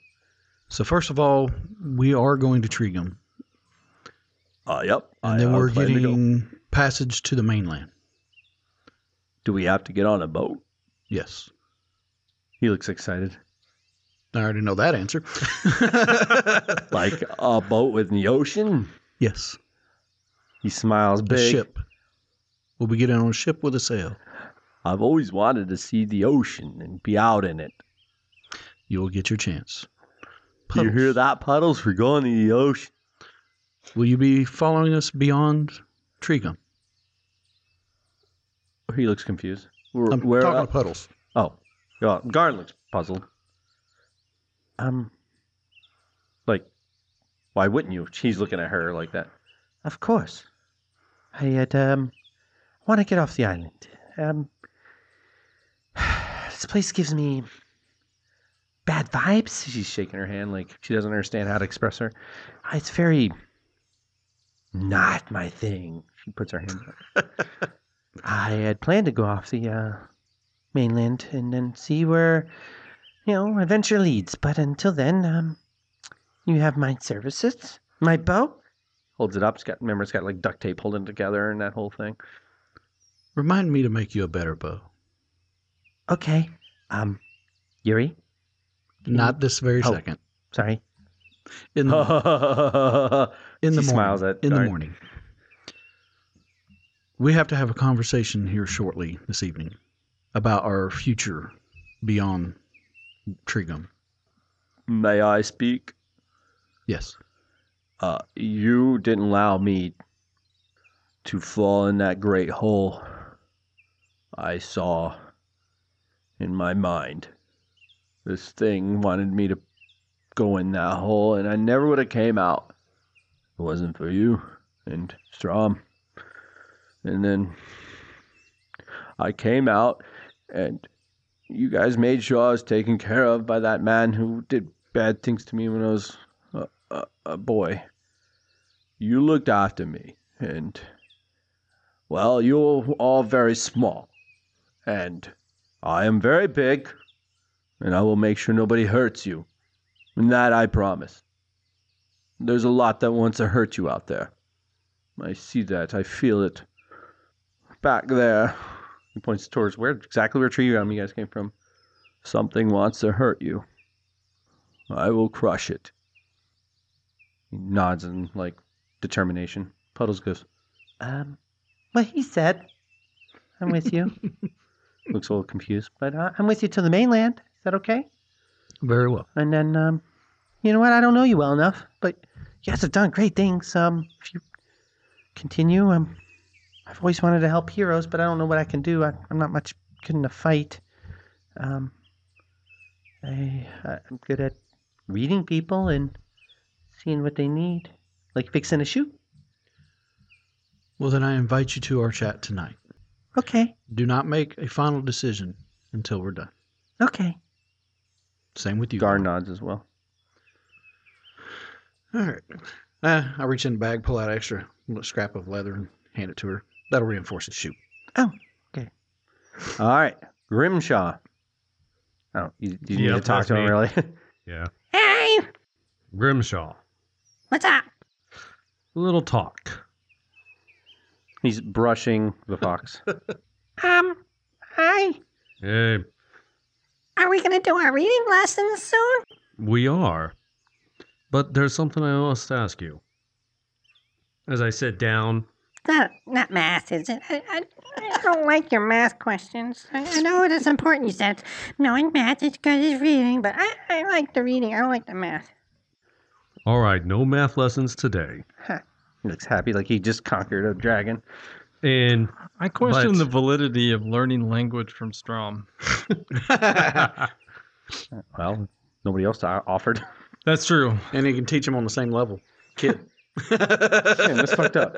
So first of all, we are going to Tregum, Uh, yep. and I- then I we're plan to go. getting passage to the mainland. Do we have to get on a boat? Yes, He looks excited. I already know that answer. Like a boat in the ocean? yes, He smiles a big. ship. We'll be getting on a ship with a sail. I've always wanted to see the ocean and be out in it. You will get your chance. You Puddles, hear that, Puddles? We're going to the ocean. Will you be following us beyond Tregum? He looks confused. We're, I'm we're talking up- to Puddles. Oh, yeah, Garn looks puzzled. Um, like, why wouldn't you? She's looking at her like that. Of course. I had, um, want to get off the island. Um, this place gives me bad vibes. She's shaking her hand like she doesn't understand how to express her. Uh, It's very Not my thing. She puts her hand up. I had planned to go off the uh, mainland and then see where, you know, adventure leads. But until then, um, you have my services, my bow. Holds it up. It's got remember it's got like duct tape holding it together and that whole thing. Remind me to make you a better bow. Okay. Um, Yuri, Not this very Oh. second. sorry. In the, (laughs) in the She morning. smiles at in the Garn. morning. We have to have a conversation here shortly this evening about our future beyond Tregum. May I speak? Yes. Uh, you didn't allow me to fall in that great hole I saw in my mind. This thing wanted me to go in that hole, and I never would have came out. If it wasn't for you and Strom. And then I came out, and you guys made sure I was taken care of by that man who did bad things to me when I was a, a, a boy. You looked after me, and well, you're all very small, and I am very big, and I will make sure nobody hurts you. And that I promise. There's a lot that wants to hurt you out there. I see that. I feel it. Back there. He points towards where exactly where tree realm you guys came from. Something wants to hurt you. I will crush it. He nods in like determination. Puddles goes, Um, what he said. I'm with you. looks a little confused. but uh, I'm with you to the mainland. Is that okay? Very well. And then, um, you know what? I don't know you well enough, but you guys have done great things. Um, if you continue, um, I've always wanted to help heroes, but I don't know what I can do. I, I'm not much good in a fight. Um, I, I'm good at reading people and seeing what they need, like fixing a shoe. Well, then I invite you to our chat tonight. Okay, Do not make a final decision until we're done. okay. Same with you. Gar nods as well. All right. Uh, I reach in the bag, pull out an extra little scrap of leather, and hand it to her. That'll reinforce the shoot. All right, Grimshaw. Oh, you, you need Yeah, to talk that's to him me. really. (laughs) Yeah. Hey, Grimshaw. what's up? Little talk. He's brushing the fox. Um, hi. Hey, Are we gonna do our reading lessons soon? we are. But there's something I must ask you. As I sit down, Not, not math, is it? I, I, I don't like your math questions. I, I know it is important, you said. Knowing math is good as reading, but I, I like the reading. I don't like the math. (laughs) all right, no math lessons today. He looks happy, like he just conquered a dragon. And I (laughs) question But- the validity of learning language from Strom. Well, nobody else o- (laughs) offered. That's true. And you can teach them on the same level. Kid. Damn, that's fucked up.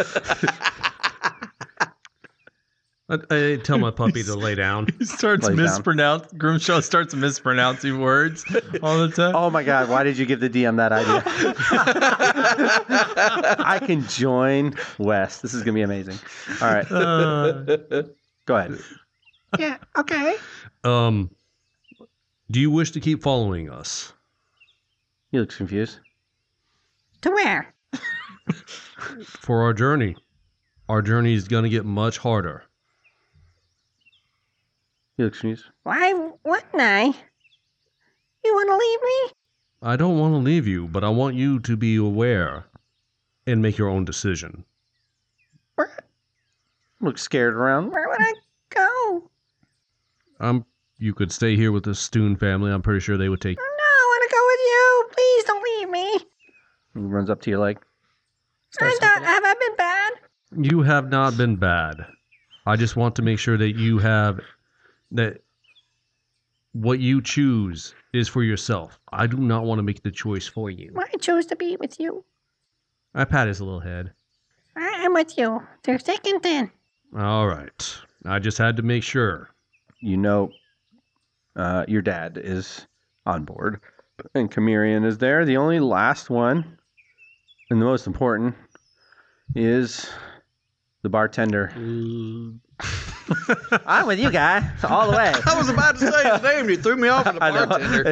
I, I tell my puppy to lay down. (laughs) (laughs) He starts Lays down. mispronounce. Grimshaw starts mispronouncing (laughs) words all the time. Oh my god, why did you give the DM that idea? (laughs) I can join Wes. This is gonna be amazing. All right, Uh, go ahead. Yeah, okay. Um, do you wish to keep following us? He looks confused. To where? for our journey. Our journey is going to get much harder. He looks confused. Why wouldn't I? You want to leave me? I don't want to leave you, but I want you to be aware and make your own decision. Looks scared around. Where would I go? I'm you could stay here with the Stoon family. I'm pretty sure they would take No, I want to go with you. Please don't leave me. He runs up to you like, I thought, have I been bad? You have not been bad. I just want to make sure that you have that what you choose is for yourself. I do not want to make the choice for you. Why I chose to be with you. I pat his little head. I, I'm with you. They're thick and thin. All right. I just had to make sure. you know, uh, your dad is on board, and Chameleon is there. The only last one, and the most important, is the bartender. (laughs) I'm with you, guy, all (laughs) the way. I was about to say his name. You threw me off (laughs) on the I know. bartender.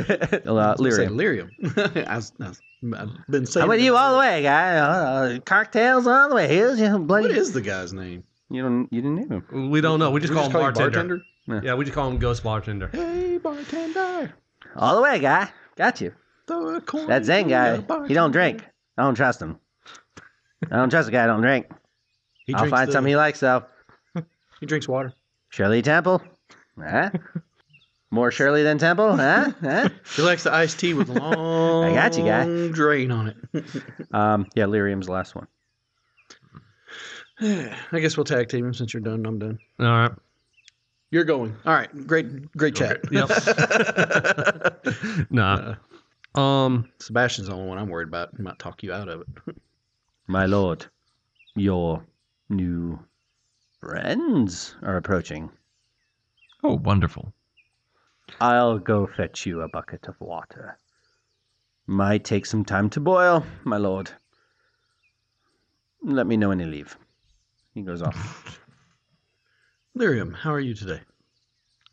uh, Say Lyrium. Lyrium. (laughs) I was, I was, I've been saying. I'm with it. you all the way, guy. Uh, cocktails all the way. Here's your bloody. What is the guy's name? You don't. You didn't name him. We don't know. We just We call him you bartender. Yeah, we just call him Ghost Bartender. Hey, bartender. All the way, guy. Got you. Throw a coin That Zen in guy, the he bartender. don't drink. I don't trust him. I don't trust a guy I don't drink. He I'll drinks find the- something he likes, though. (laughs) He drinks water. Shirley Temple? Huh? More Shirley than Temple? Huh? (laughs) Huh? He likes the iced (laughs) tea with long I got you, guy. drain on it. (sighs) Um, yeah, Lyrium's the last one. I guess we'll tag team him since you're done. I'm done. All right. You're going. All right. Great, great chat. (laughs) Yep. nah. Um. Sebastian's the only one I'm worried about. He might talk you out of it. My lord, your new friends are approaching. Oh, wonderful. I'll go fetch you a bucket of water. Might take some time to boil, my lord. Let me know when you leave. He goes off. (laughs) Lyrium, how are you today?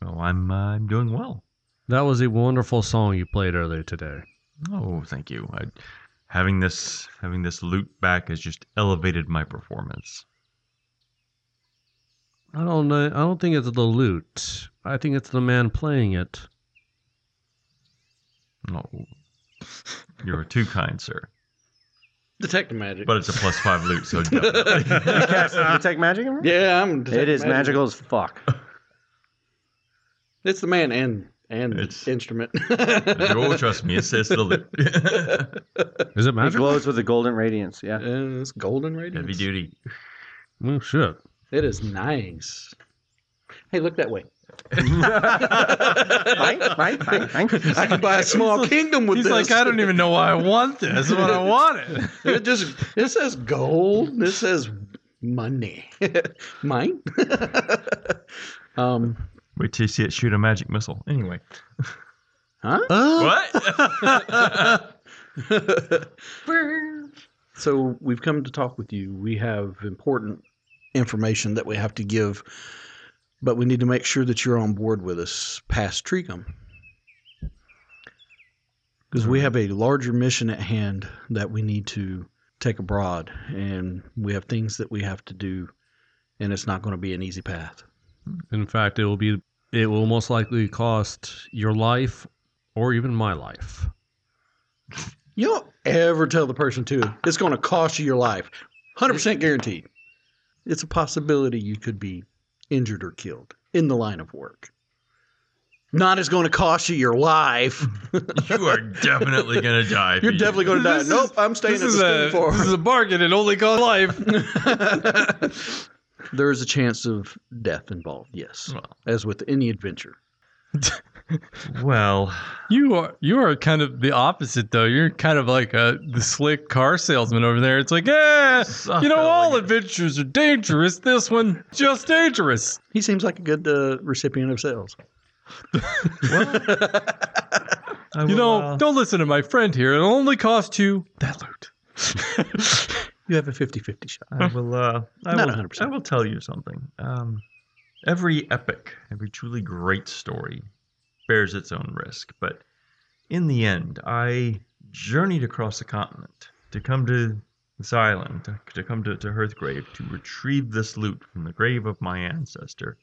Oh, I'm uh, I'm doing well. That was a wonderful song you played earlier today. Oh, thank you. I, having this having this loot back has just elevated my performance. I don't know. I don't think it's the lute. I think it's the man playing it. No, you are Oh. too kind, sir. Detect magic. (laughs) But it's a plus five loot, so definitely. (laughs) Cast (laughs) detect magic. on me? yeah, I'm. It detect is magic. magical as fuck. It's the man and and It's- instrument. oh, (laughs) trust me, it's, it's the loot. Is it It magic? glows with a golden radiance. Yeah. Uh, it's golden radiance. Heavy duty. Oh shit! It is nice. Hey, look that way. Fine, fine, fine, (laughs) fine. I can buy a small kingdom with He's this. like, I don't even know why I want this, (laughs) but I want it. It just it says gold. This says money. (laughs) Mine. (laughs) um. Wait till you see it shoot a magic missile. Anyway. Huh? What? (laughs) (laughs) So we've come to talk with you. We have important information that we have to give, but we need to make sure that you're on board with us past Trecum. Because we have a larger mission at hand that we need to take abroad, and we have things that we have to do, and it's not going to be an easy path. In fact, it will be. It will most likely cost your life, or even (laughs) my life. You don't ever tell the person to. It's going to cost you your life. 100% guaranteed. It's a possibility you could be injured or killed in the line of work. Not it's going to cost you your life. (laughs) you are definitely going to die. if You're you- definitely going to die. This is- nope, I'm staying at This the is, a, school for. this is a (laughs) bargain. It only costs life. (laughs) there is a chance of death involved, yes. Well. As with any adventure. Well, You are you are kind of the opposite though. You're kind of like a the slick car salesman over there. It's like, eh, Suck you know, it. all adventures are dangerous. This one just dangerous. He seems like a good uh, recipient of sales. I You will, know, uh, don't listen to my friend here. It'll only cost you that loot. (laughs) You have a 50 50 shot. I will. Uh, I Not will. 100%. I will tell you something. Um, every epic, every truly great story, bears its own risk. But in the end, I journeyed across the continent to come to this island, to, to come to, to Hearthgrave, to retrieve this loot from the grave of my ancestor,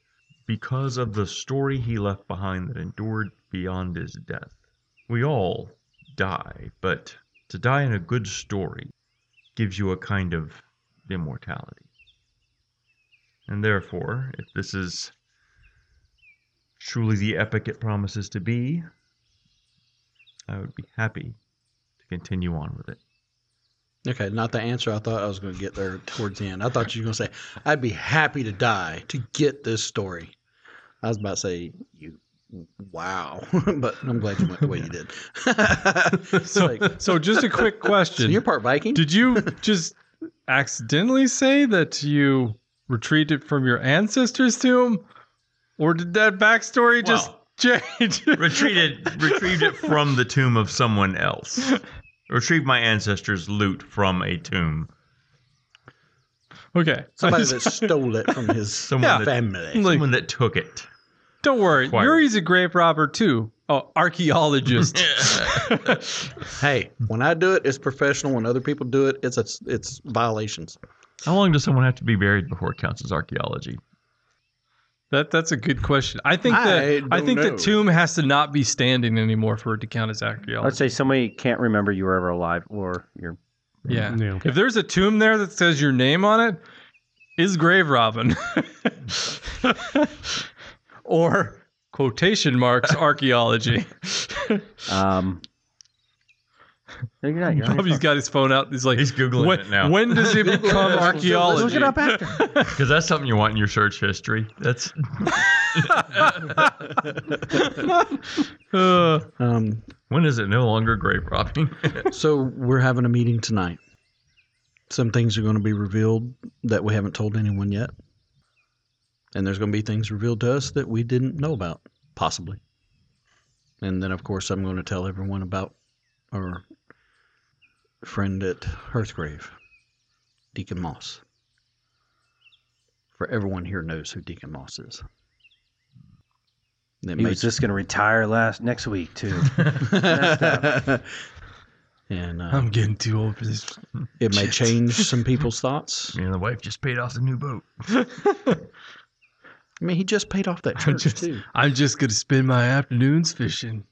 because of the story he left behind that endured beyond his death. We all die, but to die in a good story gives you a kind of immortality. And therefore, if this is truly the epic it promises to be, I would be happy to continue on with (laughs) it. Okay, not the answer I thought I was going to get there towards the end. I thought you were going to say, I'd be happy to die to get this story. I was about to say, you, wow. (laughs) but I'm glad you went the way you did. It's (laughs) So like, so just a (laughs) quick so you're question. part Viking? (laughs) Did you just accidentally say that you retrieved it from your ancestors' tomb? Or did that backstory just change? (laughs) Retreated, retrieved it from the tomb of someone else. Retrieved my ancestor's loot from a tomb. okay. Somebody that stole it from his Someone, Yeah. that, family. Like- someone that took it. Don't worry, Choir. Yuri's a grave robber too. Oh, (laughs) archaeologist. Hey, when I do it, it's professional. When other people do it, it's a, it's violations. How long does someone have to be buried before it counts as archaeology? that that's a good question. I think I that I, don't think know. the tomb has to not be standing anymore for it to count as Let's archaeology. say somebody can't remember you were ever alive, or you're. Yeah. Yeah. If there's a tomb there that says your name on it, is grave robbing. (laughs) or quotation marks archaeology. (laughs) Um, no, you're not. You're on your Bobby's phone. got his phone out. He's like He's Googling when, it now. when does it (laughs) become archaeology? Look it up after. Because that's something you want in your search history. That's Uh, Um, when is it no longer grave robbing? so we're having a meeting tonight. Some things are going to be revealed that we haven't told anyone yet. And there's going to be things revealed to us that we didn't know about, possibly. And then, of course, I'm going to tell everyone about our friend at Hearthgrave, Deacon Moss. For everyone here knows who Deacon Moss is. That He was just going to retire last next week (laughs) too. and uh, Um, I'm getting too old for this. it may (laughs) change some people's thoughts. Me and the wife just paid off the new boat. (laughs) I mean, he just paid off (laughs) that I church just- too. (laughs) I'm just gonna spend my afternoons fishing.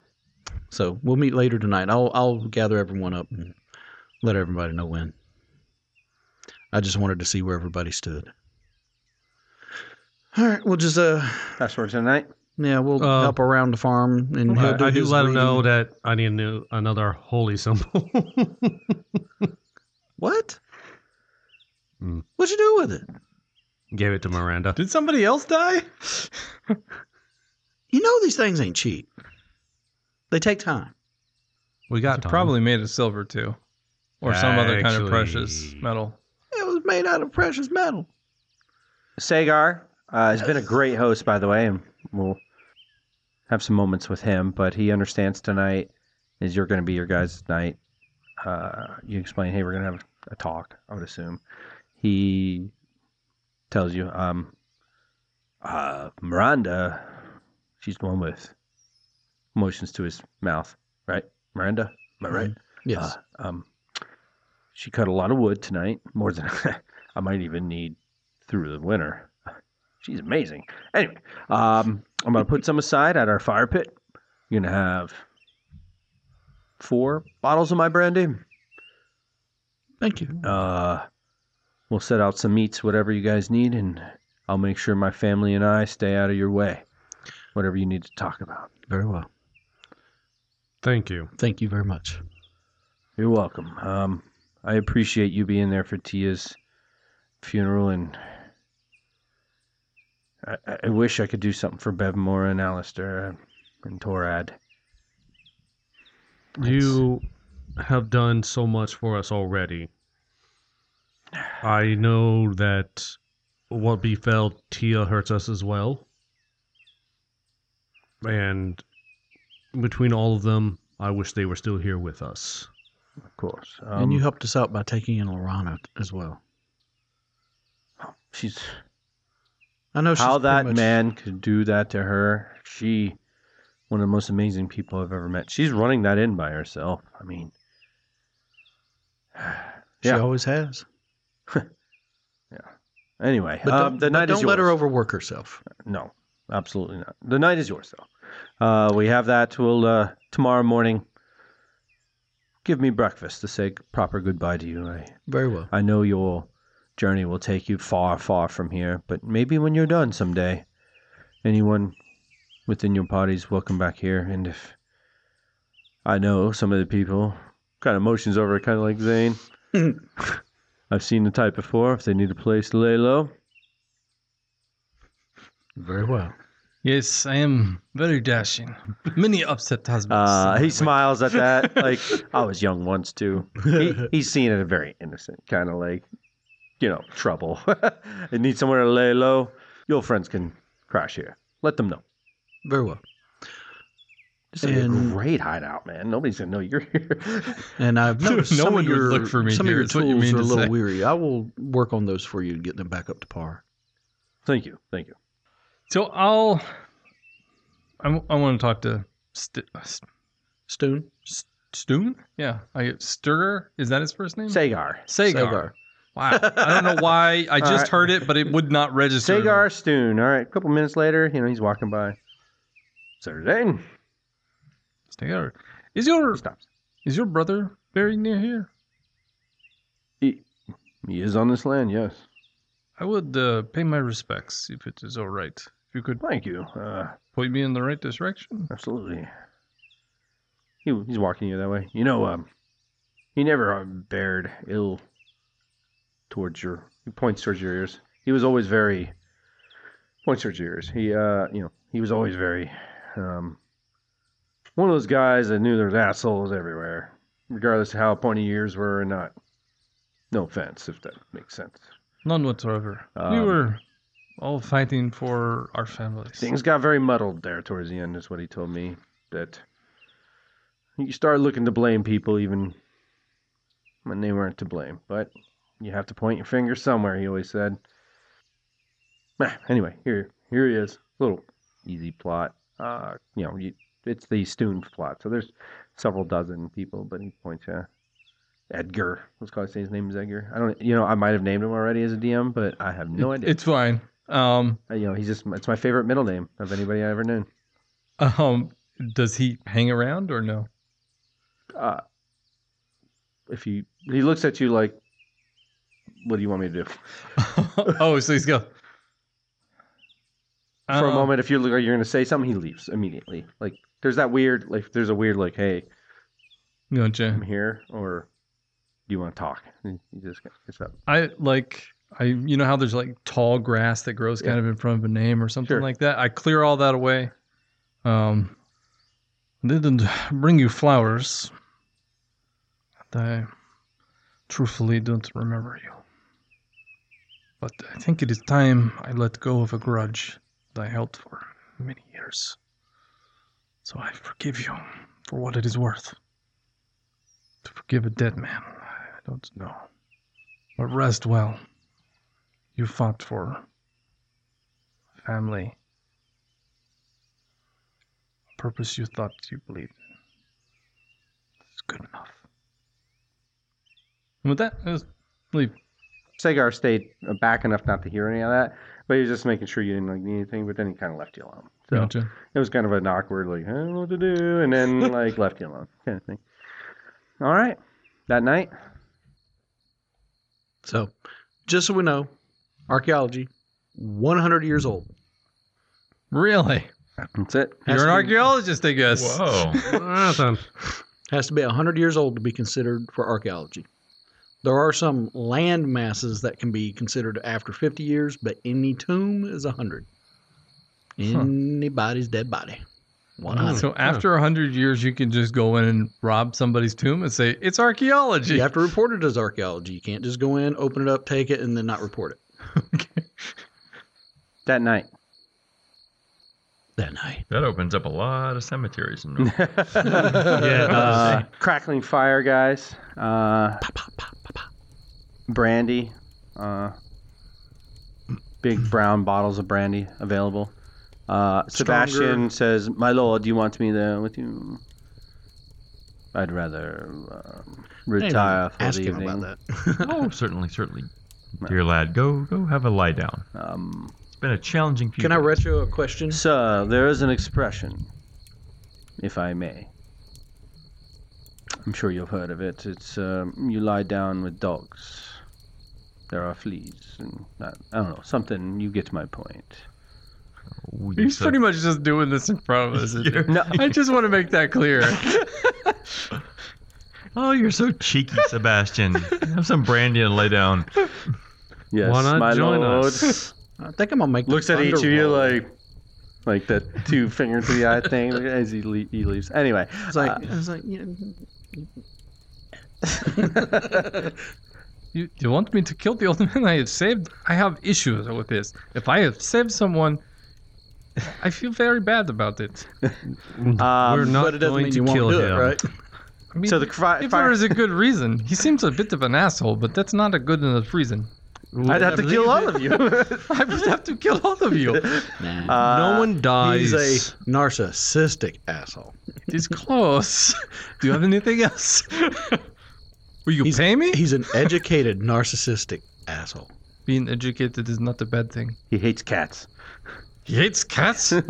So we'll meet later tonight. I'll I'll gather everyone up and let everybody know when. I just wanted to see where everybody stood. All right, we'll just uh That's for tonight. yeah we'll Uh, help around the farm and I, he'll do I do his let him know reading. that I need a new, another holy symbol. (laughs) what. Mm. What'd you do with it? Gave it to Miranda. Did somebody else die? (laughs) You know these things ain't cheap. They take time. We got It's time. probably made of silver too, or some other kind of precious Actually- metal. It was made out of precious metal. Sagar uh, has been a great host, by the way, and we'll have some moments with him. But he understands tonight is you're going to be your guys' night. Uh, you explain, hey, we're going to have a talk. I would assume he tells you, um, uh, Miranda, she's the one with motions to his mouth, right? Miranda, am I right? Mm-hmm. Yes. Uh, um, she cut a lot of wood tonight, more than (laughs) I might even need through the winter. She's amazing. Anyway, um, I'm going to put some aside at our fire pit. You're going to have four bottles of my brandy. Thank you. Uh, we'll set out some meats, whatever you guys need, and I'll make sure my family and I stay out of your way. Whatever you need to talk about. Very well. Thank you. Thank you very much. You're welcome. Um, I appreciate you being there for Tia's funeral, and I, I- I wish I could do something for Bevmora and Alistair and Torad. You have done so much for us already. I know that what befell Tia hurts us as well. And between all of them, I wish they were still here with us. Of course. Um, and Um, you helped us out by taking in Lorana as well. oh, she's I know she's how pretty that much- man could do that to her. She, one of the most amazing people I've ever met. She's running that in by herself. I mean, (sighs) She yeah. always has. anyway, But um, don't, the but night don't is let her yours. overwork herself. No, absolutely not. The night is yours, though. Uh, we have that till uh, tomorrow morning. Give me breakfast to say proper goodbye to you. I, Very well. I know your journey will take you far, far from here, but maybe when you're done someday, anyone within your party's welcome back here. And if I know some of the people, kind of motions over, kind of like Zane. (laughs) I've seen the type before. If they need a place to lay low, Very well. Yes, I am very dashing. Many upset husbands. Uh, he smiles at (laughs) that. Like I was young once too. He, he's seen it a very innocent kind of like, you know, trouble. (laughs) it needs somewhere to lay low. Your friends can crash here. Let them know. Very well. This is a And- great hideout, man. Nobody's gonna know you're here. (laughs) And I've noticed (laughs) No some one of would your look for me some here, of your is what tools you mean are a to little say. weary. I will work on those for you and get them back up to par. thank you, thank you. so I'll. I, want to talk to St- Stoon, Stoon. Yeah, I Stir. Is that his first name? Sagar. Sagar. Sagar. Wow. I don't know why. I All just right. heard it, but it would not register. Sagar Stoon. All right. A couple minutes later, you know, he's walking by. Saturday. Sagar. Is your Stops. is your brother buried near here? He is on this land. Yes. I would uh, pay my respects if it is all right. If you could Thank you. Uh, point me in the right direction. Absolutely. He, he's walking you that way. You know, um, he never uh, bared ill towards your. He points towards your ears. He was always very. Points towards your ears. He, uh, you know, he was always very, um, one of those guys that knew there was assholes everywhere, regardless of how pointy your ears were or not. No offense, if that makes sense. None whatsoever. we Um, were all fighting for our families. Things got very muddled there towards the end, is what he told me. That you start looking to blame people even when they weren't to blame. But you have to point your finger somewhere, he always said. Ah, Anyway, here here he is. Little easy plot. Uh, you know, you, it's the Stoon plot. So there's several dozen people, but he points to Edgar. Let's call his name is Edgar. I don't, you know, I might have named him already as a DM, but I have no It- idea. It's fine. Um, Uh, you know, he's just it's my favorite middle name of anybody I ever known. um, does he hang around or no? Uh, if you he looks at you like, what do you want me to do? (laughs) oh, so he's go. for a Uh, moment if you're you're gonna say something he leaves immediately like there's that weird like there's a weird like hey Gotcha. i'm here or do you want to talk and he just gets up I like I you know how there's like tall grass that grows kind of in front of a name or something Sure. like that. I clear all that away. Um didn't bring you flowers. And I truthfully don't remember you. But I think it is time I let go of a grudge that I held for many years. So I forgive you for what it is worth. To forgive a dead man, I don't know. But rest well. You fought for family. A purpose you thought you believed in. It's good enough. And with that, let's leave. Segar stayed back enough not to hear any of that but he was just making sure you didn't like need anything but then he kind of left you alone so Gotcha. it was kind of an awkward like i don't know what to do and then like left you alone kind of thing all right that night So, just so we know, archaeology, 100 years old. Really? that's it Has You're an to be- archaeologist, I guess. Whoa. Awesome. has to be 100 years old to be considered for archaeology. There are some land masses that can be considered after 50 years, but any tomb is 100. Anybody's dead body. 100. So after 100 years, you can just go in and rob somebody's tomb and say, it's archaeology. You have to report it as archaeology. You can't just go in, open it up, take it, and then not report it (laughs) that night that night. That opens up a lot of cemeteries. In (laughs) Rome. Yeah. Uh, (laughs) crackling fire, guys. Uh, brandy. Uh, big brown bottles of brandy available. Uh, Sebastian says, "My lord, you want me there with you? I'd rather um, retire for Ask the him evening." about that. oh, certainly, certainly. Dear lad, go go have a lie down. Um, It's been a challenging few Can I days. retro a question? sir, Uh, there is an expression, if I may. I'm sure you've heard of it. It's um, you lie down with dogs. There are fleas, and that, I don't know something. You get my point. (laughs) Oh, you He's said- pretty much just doing this in front of (laughs) us. isn't he? You're- I just want to make that clear. Oh, you're so cheeky, (laughs) Sebastian. have some brandy and lay down. Yes, Why not my join lord. us? (laughs) Uh, I think I'm gonna make. the Looks at each of thunder you roll. like, like the two finger to the eye (laughs) thing as he, le- he leaves. Anyway, uh, It's like, it's like you know, You, you want me to kill the old man I have saved? I have issues with this. If I have saved someone, (laughs) I feel very bad about it. um, but We're not it doesn't going mean to you kill won't do him. it, right? I mean, so the cri- if fire. there is a good reason, he seems a bit of an asshole, but that's not a good enough reason. I'd have to kill all of you. (laughs) I would have to kill all of you. It Nah. (laughs) Uh, no one dies. He's a narcissistic asshole. (laughs) is close. Do you have anything else? Will you He's- pay me? He's an educated narcissistic asshole. Being educated is not a bad thing. He hates cats. He hates cats. he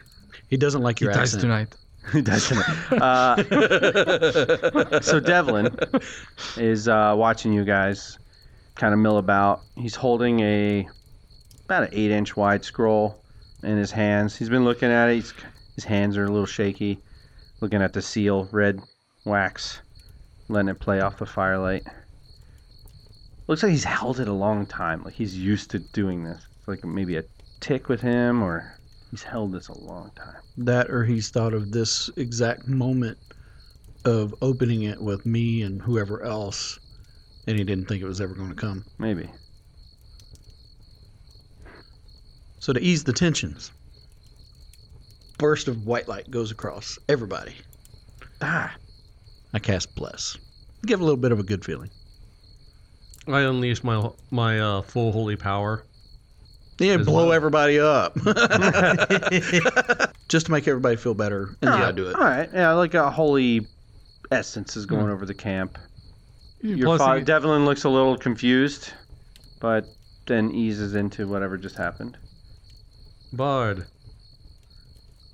(laughs) He doesn't like your dies accent. tonight. He doesn't. Uh, so Devlin is uh, watching you guys kind of mill about. He's holding a about an eight inch wide scroll in his hands. He's been looking at it. He's, his hands are a little shaky, looking at the seal, red wax, letting it play off the firelight. Looks like he's held it a long time. Like he's used to doing this. It's like maybe a tick with him, or he's held this a long time. That or he's thought of this exact moment of opening it with me and whoever else, and he didn't think it was ever going to come. Maybe. So to ease the tensions, burst of white light goes across everybody. Ah! I cast bless. Give a little bit of a good feeling. I unleash my my uh, full holy power. Yeah, As blow (laughs) well. everybody up. (laughs) just to make everybody feel better. And yeah, I do it. All right. Yeah, like a holy essence is going over the camp. Your Hmm. Plus, father, you- Devlin looks a little confused, but then eases into whatever just happened. Bard,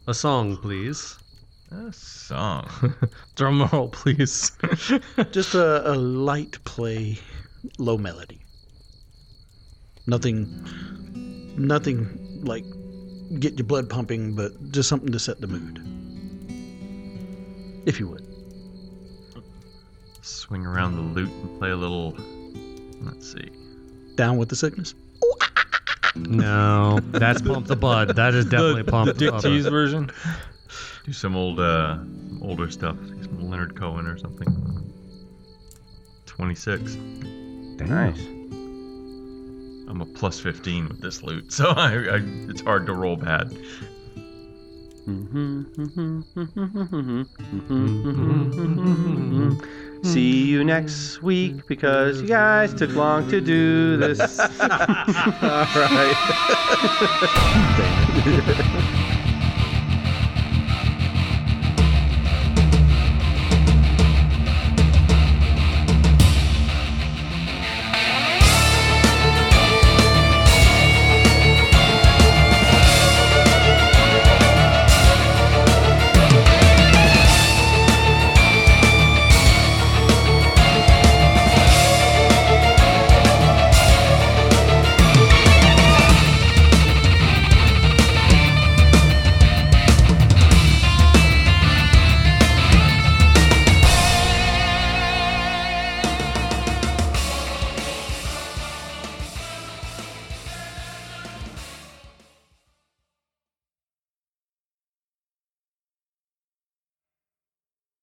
a song, please. A song. (laughs) Drum roll, please. (laughs) Just a, a light play, low melody. Nothing, nothing like get your blood pumping, but just something to set the mood. If you would. Swing around the lute and play a little. Let's see. Down with the sickness. No, that's pump the bud. That is definitely pump the, Dick bud. T's version. Do some old, uh, older stuff. Some Leonard Cohen or something. 26. Nice. I'm a plus 15 with this loot, (laughs) so I, I it's hard to roll bad. Mm-hmm, Mm-hmm. See you next week because you guys took long (laughs) to (laughs) do this. All right. (laughs)